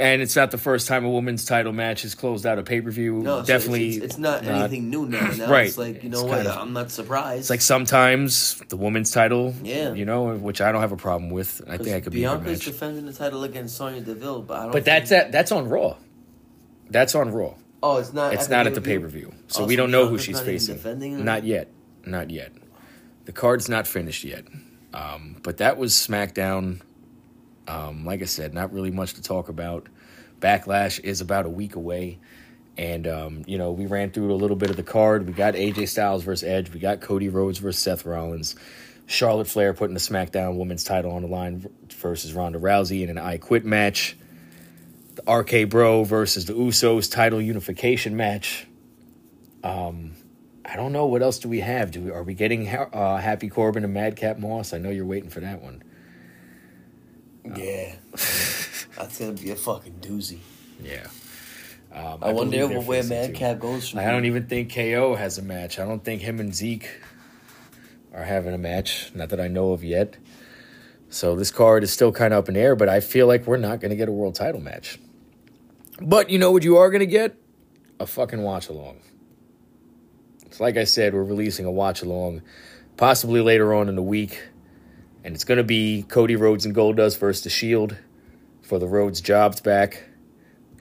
A: And it's not the first time a women's title match has closed out a pay per view.
B: No, so it's-
A: Definitely.
B: it's, it's, not, anything new now. now
A: Right.
B: It's like you know
A: It's
B: what?
A: kind of-
B: I'm not surprised.
A: It's like sometimes the women's title.
B: Yeah.
A: You know, which I don't have a problem with. I think I could be a
B: Bianca's
A: good match.
B: defending the title against Sonya Deville, but I don't.
A: But that's
B: think-
A: at, that's on Raw. That's on Raw.
B: Oh, it's not.
A: It's not at the pay per view, so we don't know who she's facing. Not yet, not yet. The card's not finished yet. Um, but that was SmackDown. Um, like I said, not really much to talk about. Backlash is about a week away, and um, you know we ran through a little bit of the card. We got AJ Styles versus Edge. We got Cody Rhodes versus Seth Rollins. Charlotte Flair putting the SmackDown Women's Title on the line versus Ronda Rousey in an I Quit match. RK Bro versus the Usos title unification match. Um, I don't know what else do we have. Do we, are we getting ha- uh, Happy Corbin and Madcap Moss? I know you're waiting for that one.
B: Yeah, that's gonna be a fucking doozy.
A: Yeah. Um,
B: I, wonder
A: believe they're
B: where
A: facing two.
B: Madcap goes from.
A: I don't even think KO has a match. I don't think him and Zeke are having a match. Not that I know of yet. So this card is still kind of up in the air, but I feel like we're not going to get a world title match. But you know what you are going to get? A fucking watch along. It's like I said, we're releasing a watch along possibly later on in the week. And it's going to be Cody Rhodes and Goldust versus The Shield for the Rhodes Jobs back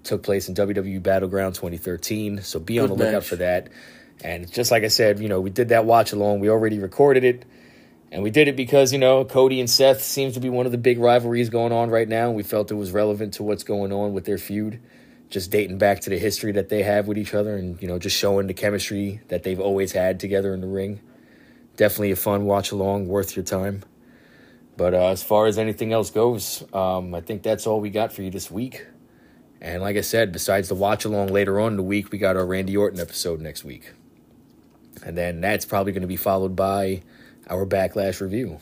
A: took place in WWE Battleground 2013. So be on the
B: Good
A: lookout
B: match.
A: for that. And just like I said, you know, we did that watch along. We already recorded it. And we did it because, you know, Cody and Seth seems to be one of the big rivalries going on right now. We felt it was relevant to what's going on with their feud, just dating back to the history that they have with each other and, you know, just showing the chemistry that they've always had together in the ring. Definitely a fun watch along, worth your time. But uh, as far as anything else goes, um, I think that's all we got for you this week. And like I said, besides the watch along later on in the week, we got our Randy Orton episode next week. And then that's probably going to be followed by our backlash review.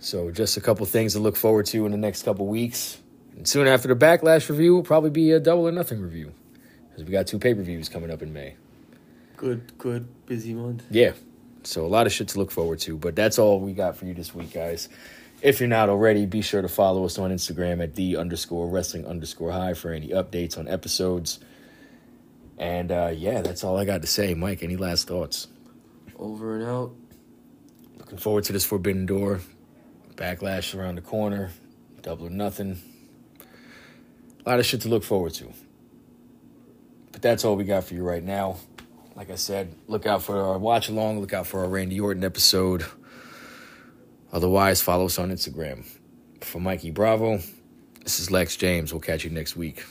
A: So just a couple things to look forward to in the next couple weeks. And soon after the backlash review will probably be a double or nothing review. Because we got two pay per views coming up in May.
B: good, good, busy month.
A: Yeah. So a lot of shit to look forward to, but that's all we got for you this week, guys. If you're not already, be sure to follow us on Instagram at the underscore wrestling underscore high for any updates on episodes. And uh, yeah, that's all I got to say. Mike, any last thoughts?
B: Over and out.
A: Looking forward to this Forbidden Door. Backlash around the corner. Double or nothing. A lot of shit to look forward to. But that's all we got for you right now. Like I said, look out for our watch along, look out for our Randy Orton episode. Otherwise, follow us on Instagram. For Mikey Bravo, this is Lex James. We'll catch you next week.